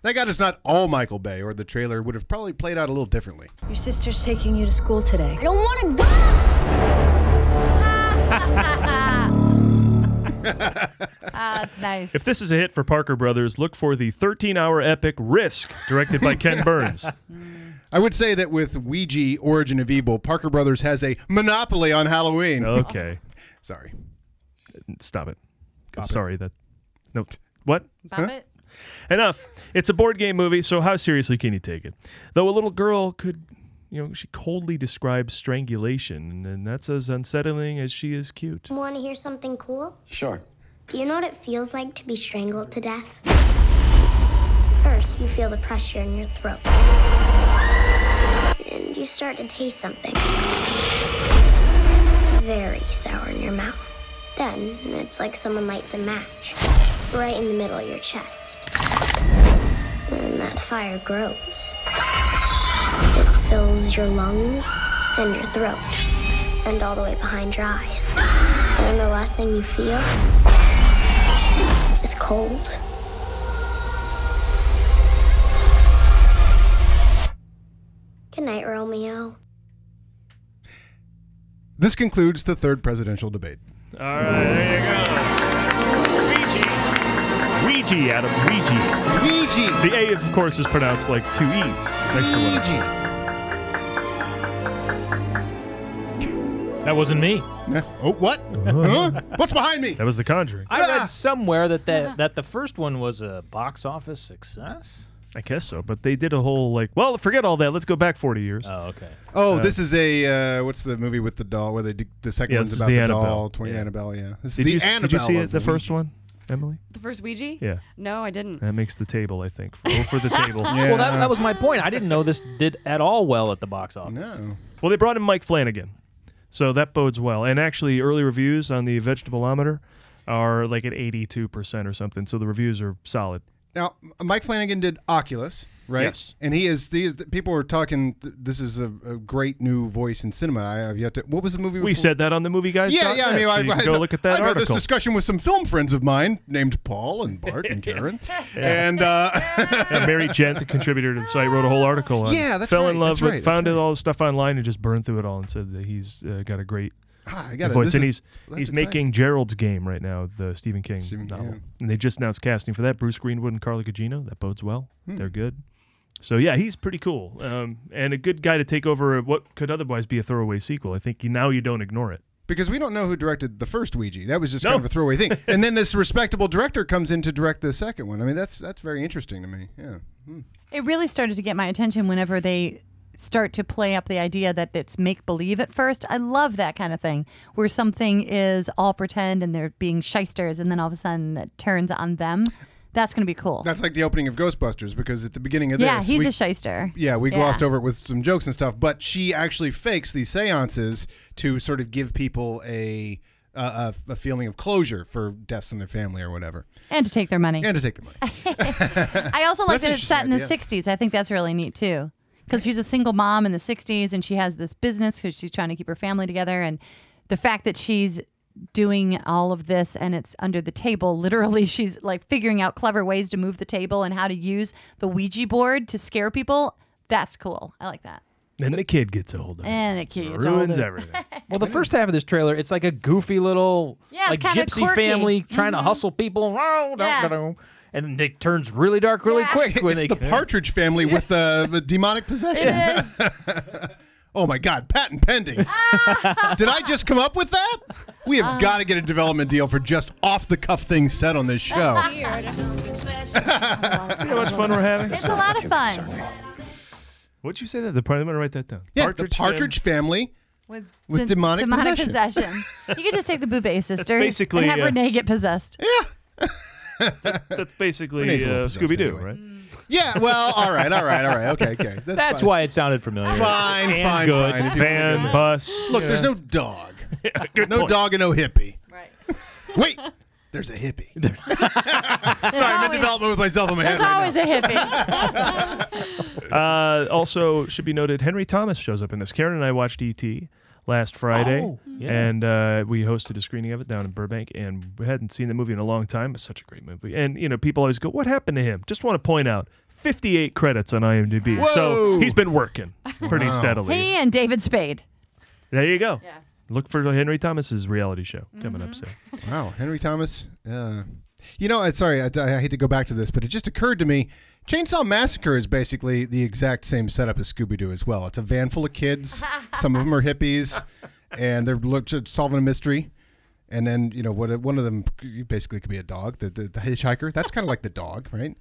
S5: Thank God it's not all Michael Bay, or the trailer would have probably played out a little differently.
S15: Your sister's taking you to school today.
S19: I don't want to go.
S6: That's nice.
S4: If this is a hit for Parker Brothers, look for the 13 hour epic Risk, directed by Ken Burns.
S5: I would say that with Ouija Origin of Evil, Parker Brothers has a monopoly on Halloween.
S4: Okay.
S5: Sorry.
S4: Stop it.
S5: Cop it.
S4: Sorry, that. No. What?
S6: Bop it.
S4: Enough. It's a board game movie, so how seriously can you take it? Though a little girl could, you know, she coldly describes strangulation, and that's as unsettling as she is cute.
S19: Want to hear something cool?
S4: Sure.
S19: Do you know what it feels like to be strangled to death? First, you feel the pressure in your throat. And you start to taste something very sour in your mouth. Then, it's like someone lights a match right in the middle of your chest. And that fire grows. It fills your lungs and your throat and all the way behind your eyes. And the last thing you feel is cold. Good night, Romeo.
S5: This concludes the third presidential debate.
S4: All right, there you go. Ouija. Ouija, Adam. Ouija.
S5: Ouija.
S4: The A, of course, is pronounced like two E's. Next to one.
S3: That wasn't me.
S5: Oh, what? What's behind me?
S4: That was The Conjuring.
S3: I
S5: Ah!
S3: read somewhere that the, that the first one was a box office success.
S4: I guess so, but they did a whole like, well, forget all that. Let's go back 40 years.
S3: Oh, okay.
S5: Oh, this is a uh, what's the movie with the doll where they do the second
S4: Yeah,
S5: one's
S4: this is
S5: about
S4: the
S5: the,
S4: Annabelle.
S5: doll, twenty
S4: Yeah.
S5: Annabelle, yeah. This
S4: Did
S5: is the
S4: you, s-
S5: Annabelle.
S4: Did you see
S5: of
S4: it, the
S5: Ouija.
S4: first one, Emily?
S7: The first Ouija?
S4: Yeah.
S7: No, I didn't.
S4: That makes the table, I think. Go for the table.
S3: Well, that, that was my point. I didn't know this did at all well at the box office.
S5: Uh, No.
S4: Well, they brought in Mike Flanagan, so that bodes well. And actually, early reviews on the Vegetableometer are like at 82% or something, so the reviews are solid.
S5: Now, Mike Flanagan did Oculus, right?
S4: Yes.
S5: And he is, he is people are talking. th- This is a, a great new voice in cinema. I have yet to. What was the movie?
S4: We
S5: before-
S4: said that on the movie guys.
S5: Yeah, yeah. I mean,
S4: so
S5: I,
S4: you can
S5: I-
S4: go look at that
S5: I've had
S4: article.
S5: this discussion with some film friends of mine named Paul and Bart and Karen, and uh,
S4: Yeah, Mary Gent, a contributor to the site, wrote a whole article on.
S5: Yeah, that's
S4: fell
S5: right,
S4: in love
S5: that's
S4: with,
S5: right,
S4: found
S5: that's
S4: all the stuff online, and just burned through it all, and said that he's uh, got a great
S5: Ah, I gotta-
S4: voice.
S5: this
S4: And
S5: is-
S4: he's
S5: that's
S4: he's
S5: exciting.
S4: making Gerald's Game right now, the Stephen King novel, and they just announced casting for that. Bruce Greenwood and Carla Gugino. That bodes well.
S5: Hmm.
S4: They're good. So yeah, he's pretty cool, um, and a good guy to take over what could otherwise be a throwaway sequel. I think you, now you don't ignore it.
S5: because we don't know who directed the first Ouija. That was just
S4: No.
S5: kind of a throwaway thing. and then this respectable director comes in to direct the second one. I mean, that's that's very interesting to me. Yeah. Hmm.
S6: It really started to get my attention whenever they start to play up the idea that it's make believe at first. I love that kind of thing where something is all pretend and they're being shysters and then all of a sudden that turns on them. That's going to be cool.
S5: That's like the opening of Ghostbusters because at the beginning of
S6: Yeah,
S5: this,
S6: he's
S5: we-
S6: a shyster.
S5: Yeah, we
S6: Yeah.
S5: glossed over it with some jokes and stuff, but she actually fakes these seances to sort of give people a uh, a, a feeling of closure for deaths in their family or whatever,
S6: And to take their money.
S5: and to take the money.
S6: I also like
S5: That's
S6: that it's set in
S5: interesting
S6: the
S5: idea.
S6: 60s. I think that's really neat too. Because she's a single mom in the 60s and she has this business because she's trying to keep her family together. And the fact that she's doing all of this and it's under the table, literally, she's like figuring out clever ways to move the table and how to use the Ouija board to scare people. That's cool. I like that.
S4: Then the kid gets a hold of it.
S6: And it keeps
S4: Ruins everything.
S3: Well, the first half of this trailer, it's like a goofy little
S6: Yeah, it's
S3: like
S6: kinda
S3: gypsy
S6: quirky. Mm-hmm.
S3: family trying to hustle people.
S6: Yeah.
S3: And it turns really dark really quick when
S5: it's
S3: they
S5: the Partridge Family with uh, the demonic possession. oh my God, patent pending. Did I just come up with that? We
S3: Uh.
S5: have got to get a development deal for just off the cuff things said on this show.
S4: See how much fun we're having?
S6: It's a lot of fun.
S4: What'd you say that? The part, I'm going to write that down.
S5: Yeah,
S4: Partridge
S5: the Partridge Family.
S6: With,
S5: With demonic
S6: possession. you could just take the Boubet sisters
S4: basically,
S6: and have
S4: uh,
S6: Renee get possessed.
S4: That's basically
S5: Renee's a little
S4: uh,
S5: possessed
S4: Scooby Doo, right?
S5: Yeah, well, all right, all right, all right. Okay, okay. That's,
S3: That's
S5: fine.
S3: why it sounded familiar.
S5: Fine,
S3: And
S5: fine,
S3: good.
S5: fine. If you wanna do
S4: Van
S5: that.
S4: bus.
S5: Look, there's
S4: Yeah.
S5: no dog.
S4: Good
S5: no
S4: point.
S5: dog and no hippie. Right. Wait, there's a hippie. Sorry, I'm in
S6: always-
S5: development with myself in my
S6: There's
S5: head right
S6: always a hippie.
S4: Uh, also, should be noted, Henry Thomas shows up in this. Karen and I watched E.T. last Friday,
S3: Oh, yeah.
S4: and uh, we hosted a screening of it down in Burbank, and we hadn't seen the movie in a long time. It's such a great movie, and you know, people always go, "What happened to him?" Just want to point out, 58 credits on IMDb, so
S5: Whoa.
S4: he's been working pretty
S5: Wow.
S4: steadily.
S6: he and David Spade.
S4: there you go. Look for Henry Thomas's reality show coming up
S3: Mm-hmm.
S4: soon.
S5: Wow, Henry Thomas. Uh, you know, I, sorry, I, I hate to go back to this, but it just occurred to me. Chainsaw Massacre is basically the exact same setup as Scooby Doo as well. It's a van full of kids. Some of them are hippies, and they're look, solving a mystery. And then you know what? One of them basically could be a dog. The the, the hitchhiker. That's kind of like the dog, right?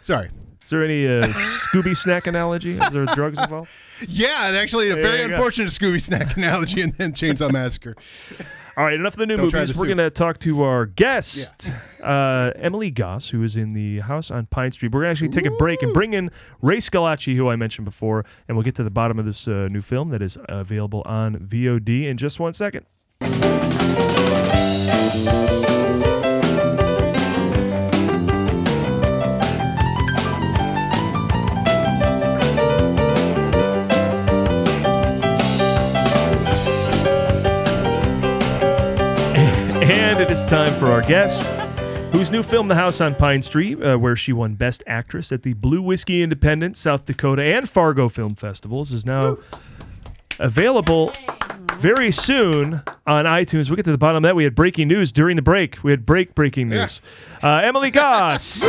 S5: Sorry.
S4: Is there any uh, Scooby snack analogy? Is there drugs involved?
S5: Yeah, and actually, a
S4: There
S5: very
S4: you go.
S5: unfortunate Scooby snack analogy, and then Chainsaw Massacre.
S4: All right, enough of the new
S5: Don't try
S4: movies.
S5: the
S4: We're
S5: soup.
S4: going to talk to our guest, uh, Emily Goss, who is in the house on Pine Street. We're going to actually take a break and bring in Ray Scalacci, who I mentioned before, and we'll get to the bottom of this uh, new film that is available on VOD in just one second. And it is time for our guest, whose new film, The House on Pine Street, uh, where she won Best Actress at the Blue Whiskey Independent, South Dakota, and Fargo Film Festivals, is now available very soon on iTunes. We'll get to the bottom of that. We had breaking news during the break. We had break breaking news. Uh, Emily Goss.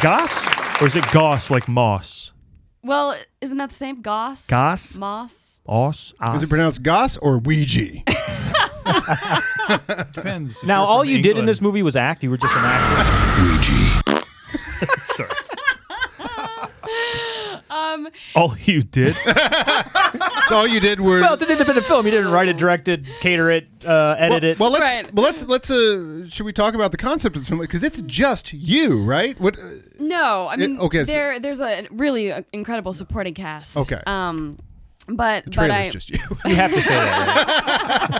S4: Goss? Or is it Goss like Moss?
S7: Well, isn't that the same? Goss?
S4: Goss?
S7: Moss?
S4: Oss?
S5: Is
S4: Oss.
S5: it pronounced Goss or Ouija?
S3: Depends. Now, all you did in this movie was act. You were just an actor.
S4: Sorry.
S7: Um,
S4: All Oh, you did?
S5: So all you did were
S3: well, it's an independent film. You didn't write it, direct it, cater it, uh, edit it.
S5: Well, let's
S7: Right.
S5: well, let's let's uh, should we talk about the concept of this film because it's just you, right? What? Uh,
S7: no, I mean,
S5: okay, so-
S7: there, there's a really uh, incredible supporting cast.
S5: Okay.
S7: Um, but, but
S5: trailer's
S7: I,
S5: just you.
S3: you have to say that. right?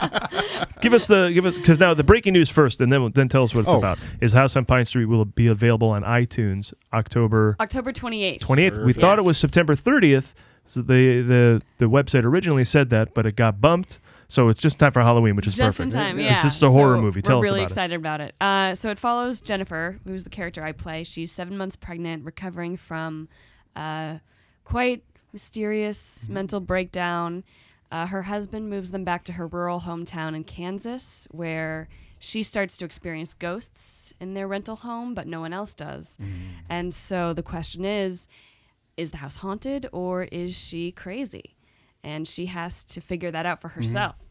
S4: Give us the give us because now the breaking news first, and then then tell us what it's
S5: Oh.
S4: about. Is House on Pine Street will be available on iTunes October
S7: October 28th.
S4: twenty eighth. We thought it was
S7: Yes.
S4: September thirtieth. So the the the website originally said that, but it got bumped. So it's just in time for Halloween, which is
S7: just
S4: perfect.
S7: in time, yeah.
S4: It's just a horror
S7: So
S4: movie.
S7: We're
S4: Tell us
S7: really
S4: about
S7: excited about it. Uh, so it follows Jennifer, who's the character I play. She's seven months pregnant, recovering from uh, quite mysterious
S4: Mm-hmm.
S7: mental breakdown. Uh, her husband moves them back to her rural hometown in Kansas, where she starts to experience ghosts in their rental home, but no one else does.
S4: Mm-hmm.
S7: And so the question is is the house haunted or is she crazy? And she has to figure that out for
S4: Mm-hmm.
S7: herself.
S4: it.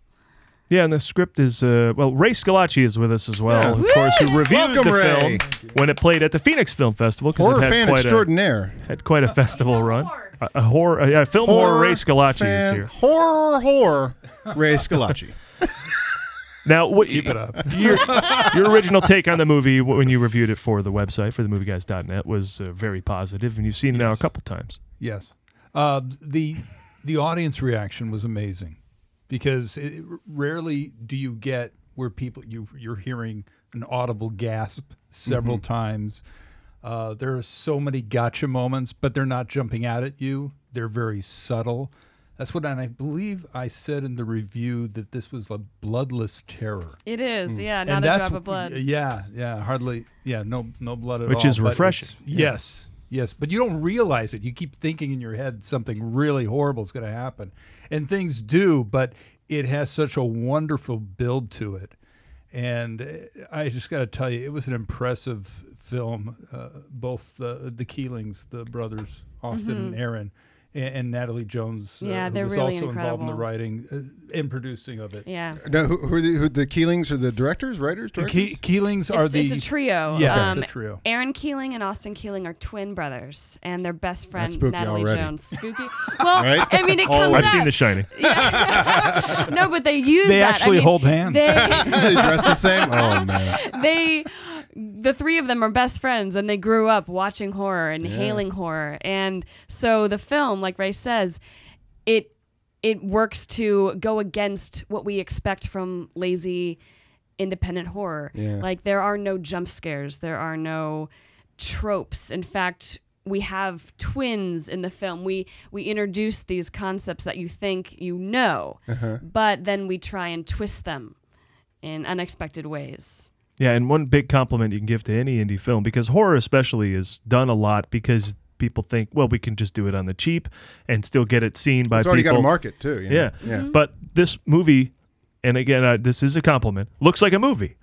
S4: Yeah, and the script is uh, well. Ray Scalacci is with us as well,
S5: Yeah.
S4: of course, who reviewed
S5: Welcome,
S4: the
S5: Ray.
S4: film when it played at the Phoenix Film Festival because
S5: horror
S4: it had
S5: fan
S4: quite a,
S5: extraordinaire.
S4: had quite a festival run. A, a horror, a, a film horror, Ray Scalacci is
S5: fan-
S4: here.
S5: Horror, horror, Ray Scalacci.
S4: Now, what keep it up. Your, your original take on the movie wh- when you reviewed it for the website for themovieguys.net was uh, very positive, and you've seen it now a couple times.
S20: Yes. Uh, the the audience reaction was amazing because it, rarely do you get where people you you're hearing an audible gasp several
S5: Mm-hmm.
S21: Mhm.
S20: times. Uh, there are so many gotcha moments, but they're not jumping out at you. They're very subtle. That's what, and I believe I said in the review that this was a bloodless terror.
S7: It is,
S20: Mm.
S7: yeah,
S20: And
S7: not a
S20: that's-
S7: drop of blood.
S20: Yeah, yeah, hardly, yeah, no, no blood at
S4: Which
S20: all.
S4: is
S20: but it's-
S4: refreshing. Yeah.
S20: Yes, Yes, but you don't realize it. You keep thinking in your head something really horrible is going to happen. And things do, but it has such a wonderful build to it. And eh, I just got to tell you, it was an impressive film. Uh, both the, the Keelings, the brothers, Austin and
S7: Mhm.
S20: Aaron, and, and Natalie Jones, uh,
S7: Yeah,
S20: who
S7: they're
S20: was
S7: really
S20: also involved in the
S7: incredible.
S20: writing uh, and producing of it.
S7: Yeah.
S5: No, who, who, are the, who the Keelings are the directors, writers,
S20: The
S5: directors?
S20: Ke- Keelings are
S7: it's,
S20: the.
S7: it's a trio.
S20: Yeah,
S7: Um,
S20: it's a trio.
S7: Aaron Keeling and Austin Keeling are twin brothers, and their best friend
S20: spooky
S7: Natalie
S20: already.
S7: Jones. Spooky. Well, I mean, it comes
S4: I've seen
S7: out-
S4: The Shining.
S7: no, but they use
S4: They
S7: that. I
S4: actually
S7: mean,
S4: hold hands.
S7: They,
S4: They dress the same?
S5: Oh, man.
S7: They, the three of them are best friends, and they grew up watching horror and
S22: Yeah.
S7: hailing horror, and so the film, like Ray says, it it works to go against what we expect from lazy independent horror.
S22: Yeah.
S7: Like there are no jump scares, there are no tropes. In fact, we have twins in the film. We we introduce these concepts that you think you know,
S4: Uh-huh.
S7: but then we try and twist them in unexpected ways.
S4: Yeah, and one big compliment you can give to any indie film because horror especially is done a lot because people think, well, we can just do it on the cheap and still get it seen by
S5: It's already got a
S4: people.
S5: market, too, you know?
S4: Yeah.
S5: Yeah. Mhm.
S4: But this movie, and again, I, this is a compliment, looks like a movie.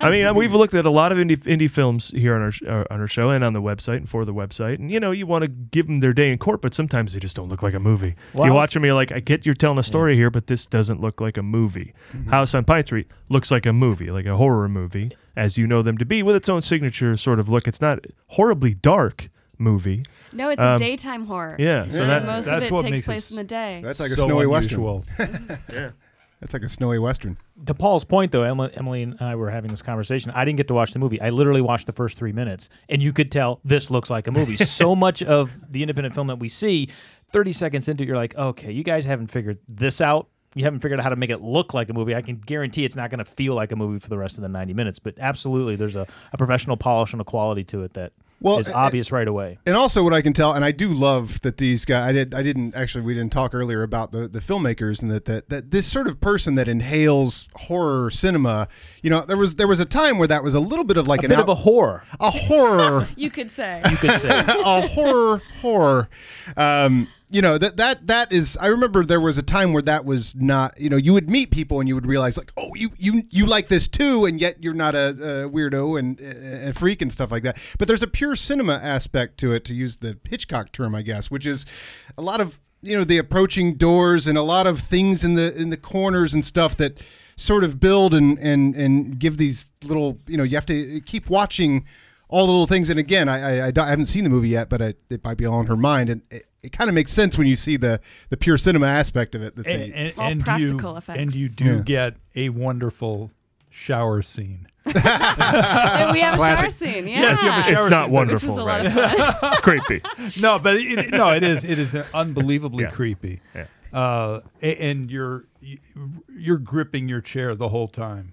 S4: I mean, uh, we've looked at a lot of indie indie films here on our sh- uh, on our show and on the website and for the website, and you know, you want to give them their day in court, but sometimes they just don't look like a movie.
S3: Well, I
S4: you
S3: was-
S4: watch them, you're like, I get you're telling a story here, but this doesn't look like a movie. House on Pine Street looks like a movie, like a horror movie, as you know them to be, with its own signature sort of look. It's not horribly dark movie.
S7: No, it's
S4: Um,
S7: a daytime horror.
S4: Yeah, so
S7: And
S4: that's
S7: most
S4: that's
S7: of it
S4: what
S7: takes
S4: makes
S7: place in the day.
S5: That's like a
S20: So
S5: snowy
S20: unusual.
S5: western.
S4: yeah.
S5: That's like a snowy western.
S3: to Paul's point, though, Emily, Emily and I were having this conversation. I didn't get to watch the movie. I literally watched the first three minutes, and you could tell this looks like a movie. so much of the independent film that we see, 30 seconds into it, you're like, okay, you guys haven't figured this out. You haven't figured out how to make it look like a movie. I can guarantee it's not going to feel like a movie for the rest of the 90 minutes, but absolutely, there's a, a professional polish and a quality to it that is
S5: Well, uh,
S3: obvious right away.
S5: And also, what I can tell, and I do love that these guys. I did. I didn't actually. We didn't talk earlier about the, the filmmakers and that, that that this sort of person that inhales horror cinema. You know, there was there was a time where that was a little bit of
S20: uh,
S5: like
S3: A
S5: an
S3: bit
S5: out-
S3: of a horror,
S5: a horror
S7: You could say.
S5: a horror horror. Um, you know that that that is. I remember there was a time where that was not. You know, you would meet people and you would realize like, oh, you you you like this too, and yet you're not a, a weirdo and a a freak and stuff like that. But there's a pure cinema aspect to it, to use the Hitchcock term, I guess, which is a lot of you know the approaching doors and a lot of things in the in the corners and stuff that sort of build and and and give these little you know you have to keep watching all the little things and again i i, I don't- I haven't seen the movie yet but I, it might be all in her mind and it, it kind of makes sense when you see the the pure cinema aspect of it that they,
S20: and, and,
S7: All
S20: and
S7: practical
S20: you,
S7: effects.
S20: And you do get a wonderful shower scene.
S7: And we have a
S20: Classic.
S7: shower scene. Yeah.
S20: Yes, you have a shower
S4: It's
S20: scene,
S4: not
S20: but-
S4: wonderful,
S7: Which was a lot of right? fun.
S4: It's creepy.
S20: no, but it, no, it is. It is unbelievably
S4: Yeah.
S20: creepy.
S4: Yeah.
S20: Uh, a- and you're you're gripping your chair the whole time.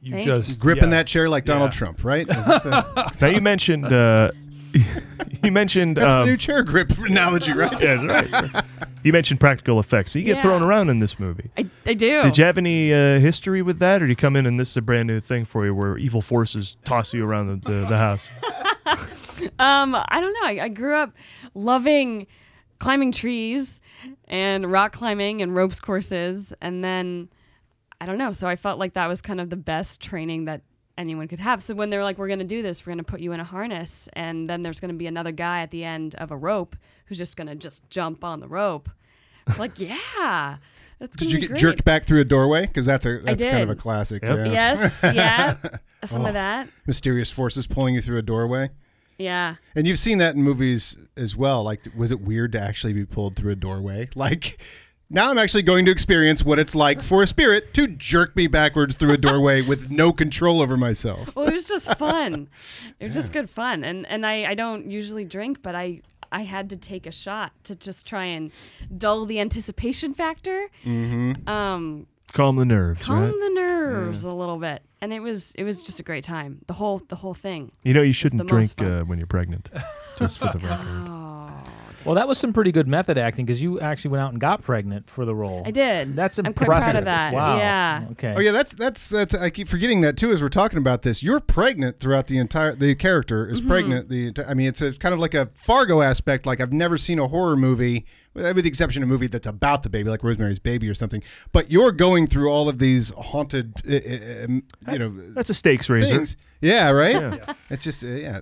S20: You
S5: Thank
S20: just
S5: you. Gripping
S20: yeah.
S5: that chair like Donald
S20: Yeah.
S5: Trump, right? Is that the-
S4: Now you mentioned uh, you mentioned
S5: that's
S4: um,
S5: the new chair grip analogy right
S4: Yeah, that's right. you mentioned practical effects. You get
S7: Yeah. Oh.
S4: thrown around in this movie.
S7: I, I do.
S4: Did you have any uh, history with that, or did you come in and this is a brand new thing for you, where evil forces toss you around the, the, the house?
S7: Um, I don't know. I, I grew up loving climbing trees and rock climbing and ropes courses, and then I don't know. So I felt like that was kind of the best training that anyone could have. So when they're like, "We're going to do this. We're going to put you in a harness, and then there's going to be another guy at the end of a rope who's just going to just jump on the rope," I was like, "Yeah." That's
S5: Did
S7: gonna
S5: you
S7: be
S5: get
S7: great.
S5: jerked back through a doorway? Because that's a
S7: I
S5: that's kind of a
S7: did.
S5: classic.
S7: Yep.
S5: Yeah.
S7: Yes, yeah. Some
S5: Oh.
S7: of that.
S5: Mysterious forces pulling you through a doorway.
S7: Yeah.
S5: And you've seen that in movies as well. Like, was it weird to actually be pulled through a doorway? Like, Now I'm actually going to experience what it's like for a spirit to jerk me backwards through a doorway with no control over myself.
S7: well, it was just fun. It was just good fun, and and I, I don't usually drink, but I I had to take a shot to just try and dull the anticipation factor,
S4: Mm-hmm.
S7: um,
S4: Calm the nerves.
S7: calm
S4: right?
S7: the nerves a little bit, and it was it was just a great time. The whole the whole thing.
S4: You know you
S7: was
S4: shouldn't
S7: the most Oh.
S4: drink uh, when you're pregnant. Just for the record.
S3: Well, that was some pretty good method acting because you actually went out and got pregnant for the role.
S7: I did.
S3: That's
S7: I'm
S3: impressive.
S7: quite proud of that.
S3: Wow.
S7: Yeah.
S3: Okay.
S5: Oh yeah, that's, that's that's I keep forgetting that too as we're talking about this. You're pregnant throughout the entire the character is
S7: Mhm.
S5: pregnant the enti- I mean it's a, it's kind of like a Fargo aspect like I've never seen a horror movie with the exception of a movie that's about the baby like Rosemary's Baby or something. But you're going through all of these haunted uh, uh, um, you know
S4: That's a stakes raiser.
S5: things. Yeah, right?
S4: Yeah.
S5: It's just uh, yeah,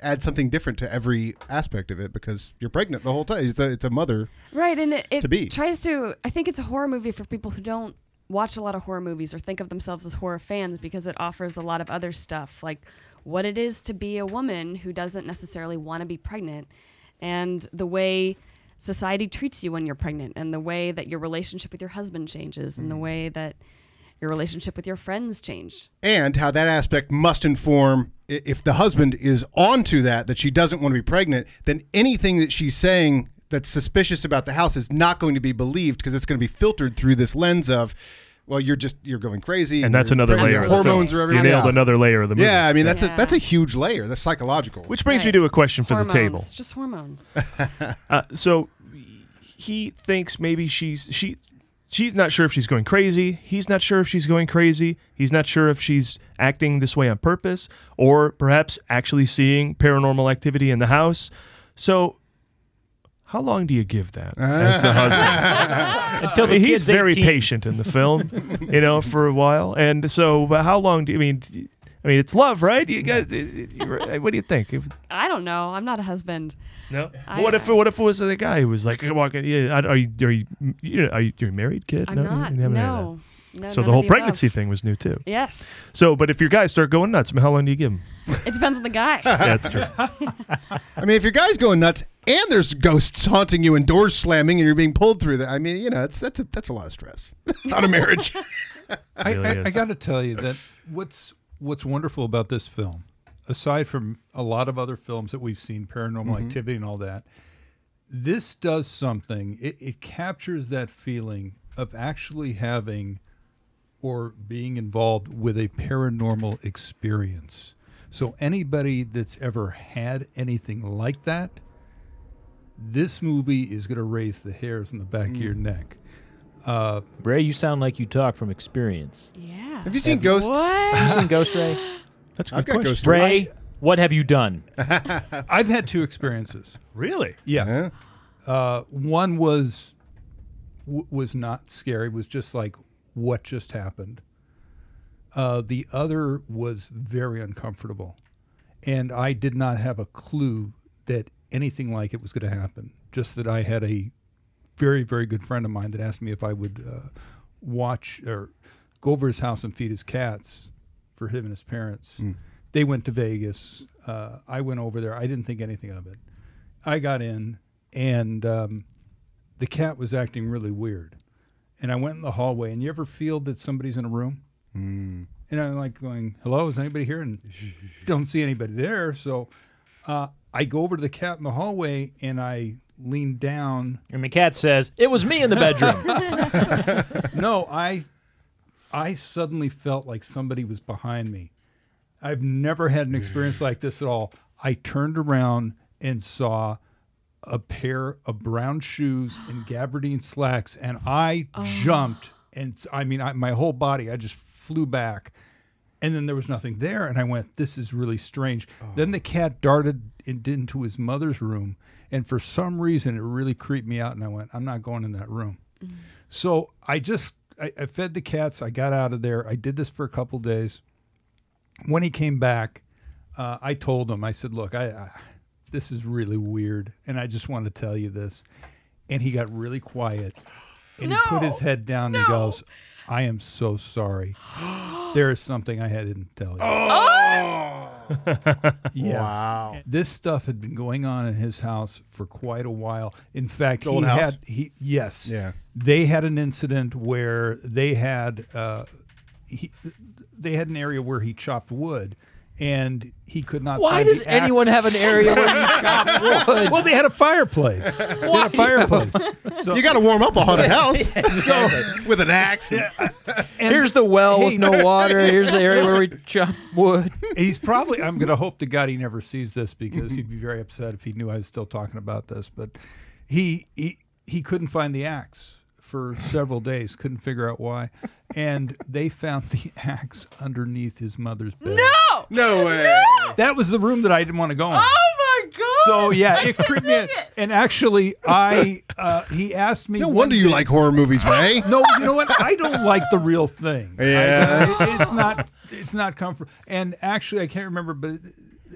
S5: add something different to every aspect of it because you're pregnant the whole time. It's a, it's a mother.
S7: Right, and it, it
S5: To be.
S7: tries to. I think it's a horror movie for people who don't watch a lot of horror movies or think of themselves as horror fans because it offers a lot of other stuff, like what it is to be a woman who doesn't necessarily want to be pregnant, and the way society treats you when you're pregnant, and the way that your relationship with your husband changes, and the
S4: Mm.
S7: way that your relationship with your friends change.
S5: and how that aspect must inform i- if the husband is onto that that she doesn't want to be pregnant then anything that she's saying that's suspicious about the house is not going to be believed because it's going to be filtered through this lens of well you're just you're going crazy
S4: And that's
S5: you're
S4: another
S5: pregnant,
S4: layer.
S5: your
S4: of the
S5: hormones
S4: film.
S5: are everywhere
S4: You nailed another layer of the movie.
S5: yeah i mean that's
S7: Yeah.
S5: a that's a huge layer that's psychological
S4: Which brings me to a question for
S7: hormones,
S4: the table.
S7: just hormones.
S4: uh, so he thinks maybe she's she she's not sure if she's going crazy. He's not sure if she's going crazy. He's not sure if she's acting this way on purpose or perhaps actually seeing paranormal activity in the house. So how long do you give that as the husband?
S3: Until the
S4: He's
S3: kid's
S4: very
S3: 18.
S4: patient in the film, you know, for a while. And so, but how long do you I mean? d- I mean, it's love, right? You guys, you- what do you think?
S7: I don't know. I'm not a husband.
S4: No.
S7: I-
S4: what if what if it was the guy who was like walking? Yeah, are you are you you know, are you you're married, kid?
S7: I'm
S4: no,
S7: not.
S4: you haven't had
S7: No.
S4: that.
S7: No,
S4: so
S7: none
S4: the
S7: of
S4: whole
S7: the
S4: pregnancy
S7: above.
S4: thing was new too.
S7: Yes.
S4: So, but if your guys start going nuts, how long do you give them?
S7: It depends on the guy.
S4: That's true.
S5: i mean if your guy's going nuts and there's ghosts haunting you and doors slamming and you're being pulled through that i mean you know it's that's a that's a lot of stress on a marriage
S20: I,
S5: Really
S20: I, I
S5: is.
S20: got to tell you that what's what's wonderful about this film, aside from a lot of other films that we've seen, Paranormal
S16: Mhm.
S20: Activity and all that, this does something. It, it captures that feeling of actually having or being involved with a paranormal experience. So anybody that's ever had anything like that, this movie is going to raise the hairs on the back of your neck. Uh,
S3: Ray, you sound like you talk from experience.
S7: Yeah.
S5: Have you seen Ghosts?
S3: Have you seen Ghost Ray?
S20: That's
S5: a I've good got question. ghost stories.
S3: Ray, what have you done?
S20: I've had two experiences.
S4: Really?
S20: Yeah. Uh, one was w- was not scary. Was just like what just happened. Uh, the other was very uncomfortable, and I did not have a clue that anything like it was going to happen. Just that I had a very very good friend of mine that asked me if I would uh, watch or go over his house and feed his cats for him and his parents. They went to Vegas. Uh, I went over there. I didn't think anything of it. I got in, and um, the cat was acting really weird. And I went in the hallway. And you ever feel that somebody's in a room? Mm. And I'm like going, "Hello, is anybody here?" And don't see anybody there. So uh, I go over to the cat in the hallway, and I lean down.
S3: And the cat says, "It was me in the bedroom."
S20: no, I I suddenly felt like somebody was behind me. I've never had an experience like this at all. I turned around and saw a pair of brown shoes and gabardine slacks, and I
S16: Oh.
S20: jumped. And I mean, I, my whole body, I just flew back. And then there was nothing there. And I went, this is really strange. Then the cat darted in- into his mother's room. And for some reason, it really creeped me out. And I went, I'm not going in that room. So I just, I, I fed the cats. I got out of there. I did this for a couple days. When he came back, uh, I told him, I said, look, I, I, this is really weird. And I just want to tell you this. And he got really quiet and he put his head down and he goes, I am so sorry. There is something I hadn't tell you.
S10: Oh!
S20: Yeah.
S5: Wow.
S20: This stuff had been going on in his house for quite a while. In fact,
S5: The old
S20: he
S5: house?
S20: had he yes.
S5: Yeah.
S20: They had an incident where they had uh he, they had an area where he chopped wood and he could not
S21: Why
S20: find
S21: does
S20: the axe.
S21: anyone have an area where you chop wood?
S20: Well, they had a fireplace. They
S21: Why
S20: had a
S21: do you have a
S20: fireplace.
S5: You gotta warm up a haunted house.
S21: Yeah, exactly.
S5: with an axe.
S21: Here's the well with no water. Here's the area where we chop wood.
S20: He's probably. I'm going to hope to God he never sees this because he'd be very upset if he knew I was still talking about this. But he he he couldn't find the axe for several days. Couldn't figure out why, and they found the axe underneath his mother's bed.
S7: Oh
S10: No!
S5: No way.
S20: That was the room that I didn't want to go in.
S10: Oh my god!
S20: So yeah,
S10: I
S20: it
S10: can't
S20: creeped me. out.
S10: take it.
S20: And actually, I uh, he asked me.
S5: No
S20: one
S5: wonder you
S20: day-
S5: like horror movies, Ray.
S20: No, you know what? I don't like the real thing. I-
S5: Yeah.
S20: it- it's not. It's not comfort. And actually, I can't remember, but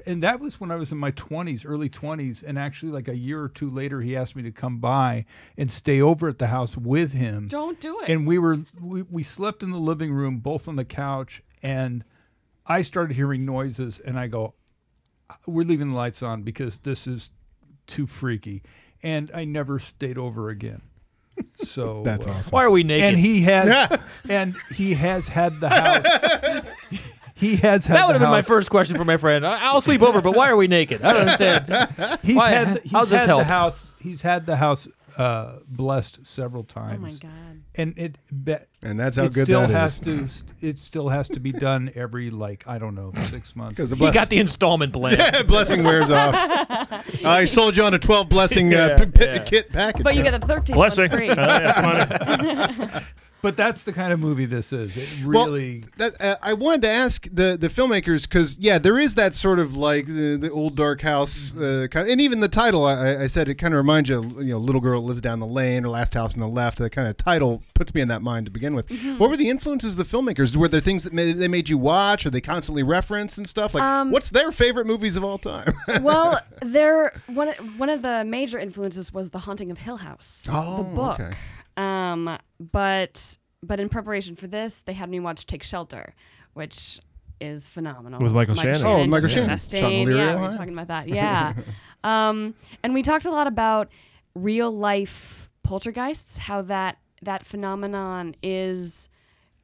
S20: and that was when I was in my twenties, early twenties. And actually, like a year or two later, he asked me to come by and stay over at the house with him.
S7: Don't do it.
S20: And we were we, we slept in the living room, both on the couch, and I started hearing noises, and I go, we're leaving the lights on because this is too freaky. And I never stayed over again. So uh,
S5: That's awesome.
S3: Why are we naked?
S20: And he has and he has had the house. He has had
S3: that would
S20: the
S3: have been my
S20: house.
S3: first question for my friend. I- I'll sleep over, but why are we naked? I don't understand.
S20: He's
S3: Why-
S20: had the, he's
S3: how's this
S20: had
S3: help?
S20: the house he's had the house uh, blessed several times.
S7: Oh my God.
S20: And it be,
S5: And that's how
S20: it
S5: good
S20: still
S5: that
S20: has
S5: is.
S20: to it still has to be done every like I don't know 6 months.
S5: 'Cause the
S20: He
S5: bless-
S20: got
S3: the installment plan.
S5: Yeah, blessing wears off. I sold you on a 12 blessing uh,
S20: Yeah,
S5: p- p-
S20: yeah.
S5: kit package.
S7: But you get the 13th one Blessing. free. Oh, yeah,
S20: but that's the kind of movie this is. It
S5: Well,
S20: really
S5: that, uh, I wanted to ask the the filmmakers because yeah, there is that sort of like the, the old dark house uh, kind, of, and even the title I, I said it kind of reminds you, you know, little girl lives down the lane or last house on the left. That kind of title puts me in that mind to begin with. What were the influences of the filmmakers? Were there things that ma- they made you watch, or they constantly reference and stuff? Like,
S7: Um,
S5: what's their favorite movies of all time?
S7: well, there one one of the major influences was The Haunting of Hill House,
S5: Oh,
S7: the book.
S5: okay.
S7: Um, but but in preparation for this, they had me watch Take Shelter, which is phenomenal
S4: With Michael Shannon. Oh, Michael Shannon.
S7: Jessica Chastain.
S4: Sean
S7: Yeah,
S4: O'Leary,
S7: we were
S4: huh?
S7: talking about that. Yeah, um, and we talked a lot about real life poltergeists, how that that phenomenon is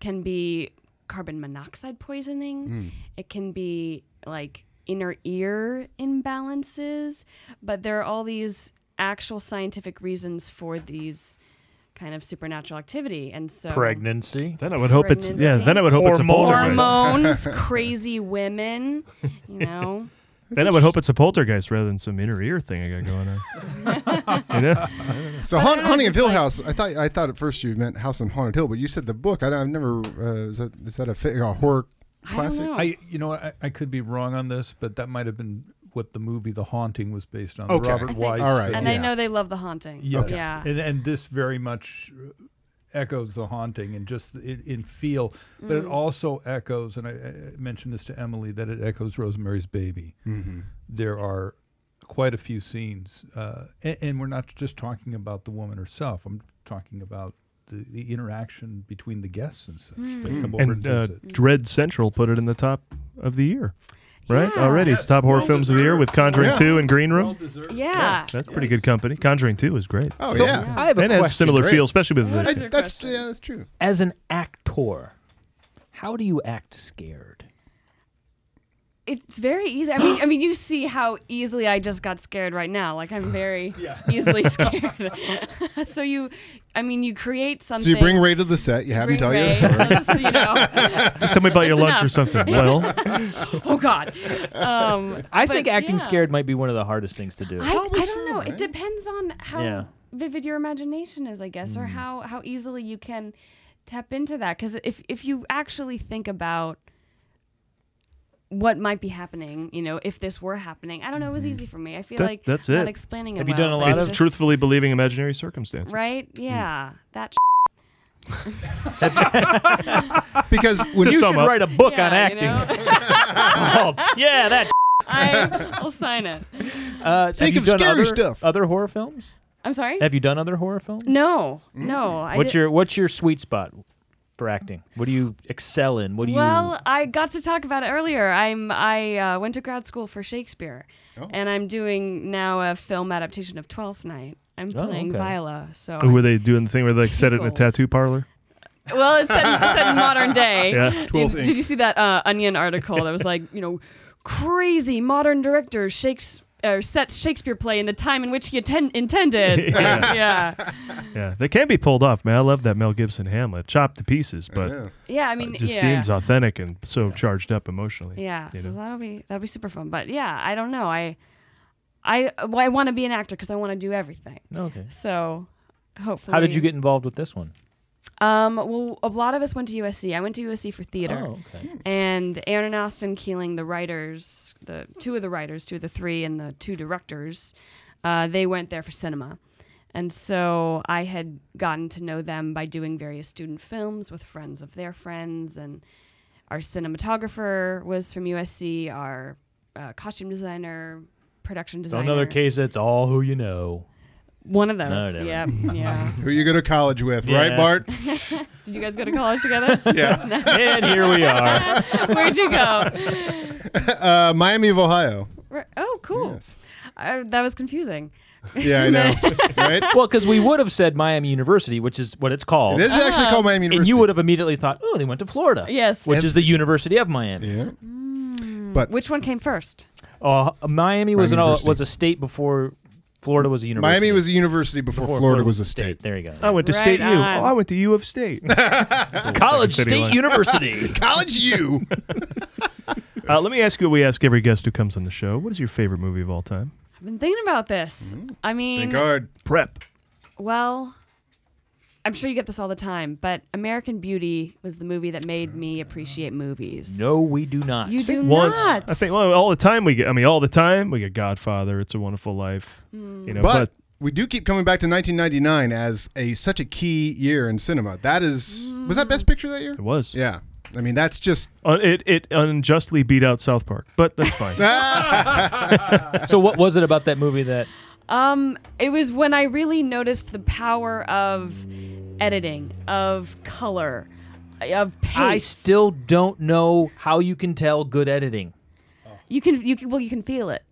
S7: can be carbon monoxide poisoning.
S5: Hmm.
S10: Mm.
S7: It can be like inner ear imbalances, but there are all these actual scientific reasons for these kind of supernatural activity. And so
S3: Pregnancy.
S4: Then I would hope it's- yeah, then I would hope it's a
S7: Pregnancy,
S4: poltergeist.
S7: Hormones, crazy women, you know.
S4: Then I would hope it's a poltergeist rather than some inner ear thing I got going on. you know?
S5: So Haunt, Haunting of Hill House, I thought I thought at first you meant House on Haunted Hill, but you said the book. I, have never uh, is that is that a, fi- a horror classic?
S20: I you know I, I could be wrong on this, but that might have been what the movie The Haunting was based on. the
S5: Okay. I
S20: Robert
S5: think-
S20: Wise.
S5: All right,
S20: film.
S7: And I know they love The Haunting.
S20: Yes.
S7: Okay. Yeah.
S20: And, and this very much uh, echoes The Haunting and just in, in feel, but it
S7: Mm.
S20: also echoes, and I, I mentioned this to Emily, that it echoes Rosemary's Baby.
S7: Mm-hmm.
S5: Mhm.
S20: There are quite a few scenes, uh, and, and we're not just talking about the woman herself. I'm talking about the, the interaction between the guests and such. that
S7: Mm.
S20: come over
S4: And uh,
S20: visit.
S4: Dread Central put it in the top of the year. Right
S7: Yeah.
S4: already, it's top horror films of the year with Conjuring
S7: Yeah.
S4: Two and Green Room.
S7: Yeah.
S4: that's pretty good company. Conjuring Two is great.
S5: Oh,
S4: So-
S5: yeah.
S3: I have a
S4: and has
S3: question.
S4: similar
S3: Great.
S4: feel, especially with
S5: I-
S4: the
S5: that's yeah, that's true.
S3: As an actor, how do you act scared?
S7: It's very easy. I mean, I mean, you see how easily I just got scared right now. Like I'm very easily scared. so you, I mean, you create something.
S5: So you bring Ray to the set, you have him
S7: Bring
S5: tell
S7: Ray,
S5: you a story.
S7: just, you know.
S4: Just tell me about your
S7: It's
S4: lunch or
S7: enough.
S4: something. Well.
S7: oh God. Um,
S3: I
S7: but
S3: think acting
S7: yeah.
S3: scared might be one of the hardest things to do.
S7: I, I don't know. It depends on how
S3: Yeah.
S7: vivid your imagination is, I guess,
S4: Mm.
S7: or how, how easily you can tap into that. Because if, if you actually think about what might be happening, you know, if this were happening, I don't know. It was easy for me. I feel
S4: Mm-hmm. That-
S7: like
S4: that's
S7: not
S4: it.
S7: explaining it.
S3: Have you done
S7: well,
S3: a lot
S4: it's
S3: of- Mm.
S4: truthfully believing imaginary circumstances.
S7: Right? Yeah. That.
S5: because
S3: when you should write a book on
S7: Yeah,
S3: acting.
S7: you
S3: Called, yeah, that.
S7: I will sign it.
S3: Uh, have
S7: Think
S3: you
S7: of
S3: done
S7: scary
S3: other,
S7: stuff.
S3: Other horror films?
S7: I'm sorry.
S3: Have you done other horror films?
S4: Mm.
S7: No, no. I
S3: what's
S7: did-
S3: your What's your sweet spot? for acting? What do you excel in? What do you?
S7: Well, I got to talk about it earlier. I'm I uh, went to grad school for Shakespeare,
S3: Oh.
S7: and I'm doing now a film adaptation of Twelfth Night. I'm
S4: Oh,
S7: playing
S4: okay.
S7: Viola. So
S4: Or were they doing the thing where they like, set it in a
S7: Tickles.
S4: tattoo parlor?
S7: Well, it's set, it's set in modern day.
S4: Yeah. 12
S7: Did
S4: ink.
S7: you see that uh, Onion article that was like, you know, crazy modern director shakes or sets Shakespeare play in the time in which he atten- intended.
S4: Yeah.
S7: yeah.
S4: Yeah, they can be pulled off, man. I love that Mel Gibson Hamlet, chopped to pieces, but
S7: know. Yeah, I mean,
S4: it just
S7: yeah.
S4: seems authentic and so charged up emotionally.
S7: Yeah,
S4: you
S7: so
S4: know?
S7: that'll be that'll be super fun. But yeah, I don't know. I I well, I want to be an actor because I want to do everything.
S3: Okay.
S7: So hopefully.
S3: How did you get involved with this one?
S7: Um. Well, a lot of us went to USC. I went to USC for theater.
S3: Oh, okay. Hmm.
S7: And Aaron and Austin Keeling, the writers, the two of the writers, two of the three, and the two directors, uh, they went there for cinema. And so I had gotten to know them by doing various student films with friends of their friends. And our cinematographer was from USC, our uh, costume designer, production
S3: It's
S7: designer.
S3: another case that's all who you know.
S7: One of those.
S3: No, never.
S7: yep. Yeah.
S5: Who you go to college with, right,
S3: Yeah.
S5: Bart?
S7: Did you guys go to college together?
S5: Yeah.
S3: And here we are.
S7: Where'd you go?
S5: uh, Miami of Ohio.
S7: Right. Oh, cool. Uh, that was confusing.
S5: right?
S3: Well, because we would have said Miami University, which is what it's called.
S5: It is actually
S7: called
S5: Miami
S3: And you
S5: University.
S3: would have immediately thought, oh, they went to Florida.
S7: Yes.
S3: Which
S7: And-
S3: is the University of Miami.
S5: Yeah.
S3: But-
S7: which one came first?
S3: Uh, Miami was
S5: Miami
S3: an,
S5: University.
S3: was a state before Florida was a university.
S5: Miami was a university before, Florida was a state.
S3: There you go.
S4: I went to
S3: Right
S4: State U. Oh,
S3: on.
S4: I went to U of State.
S3: College
S4: Second city
S3: State
S4: line.
S3: University.
S5: College U.
S4: Uh, let me ask you what we ask every guest who comes on the show. What is your favorite movie of all time?
S7: I've been thinking about this.
S3: Mm-hmm.
S7: I mean,
S4: Prep.
S7: Well, I'm sure you get this all the time, but American Beauty was the movie that made me appreciate movies.
S3: No, we do not.
S7: You do
S4: Once.
S7: not.
S4: I think well, all the time we get. I mean, all the time we get Godfather. It's a Wonderful Life.
S7: Mm.
S4: You know,
S5: but, we do keep coming back to 1999 as a such a key year in cinema. That is, was that Best Picture that year? It
S4: was.
S5: Yeah. I mean, that's just
S4: Uh, it it unjustly beat out South Park, but that's fine.
S3: so what was it about that movie that
S7: Um, it was when I really noticed the power of editing, of color, of pace.
S3: I still don't know how you can tell good editing?
S7: you can you can, well you can feel it.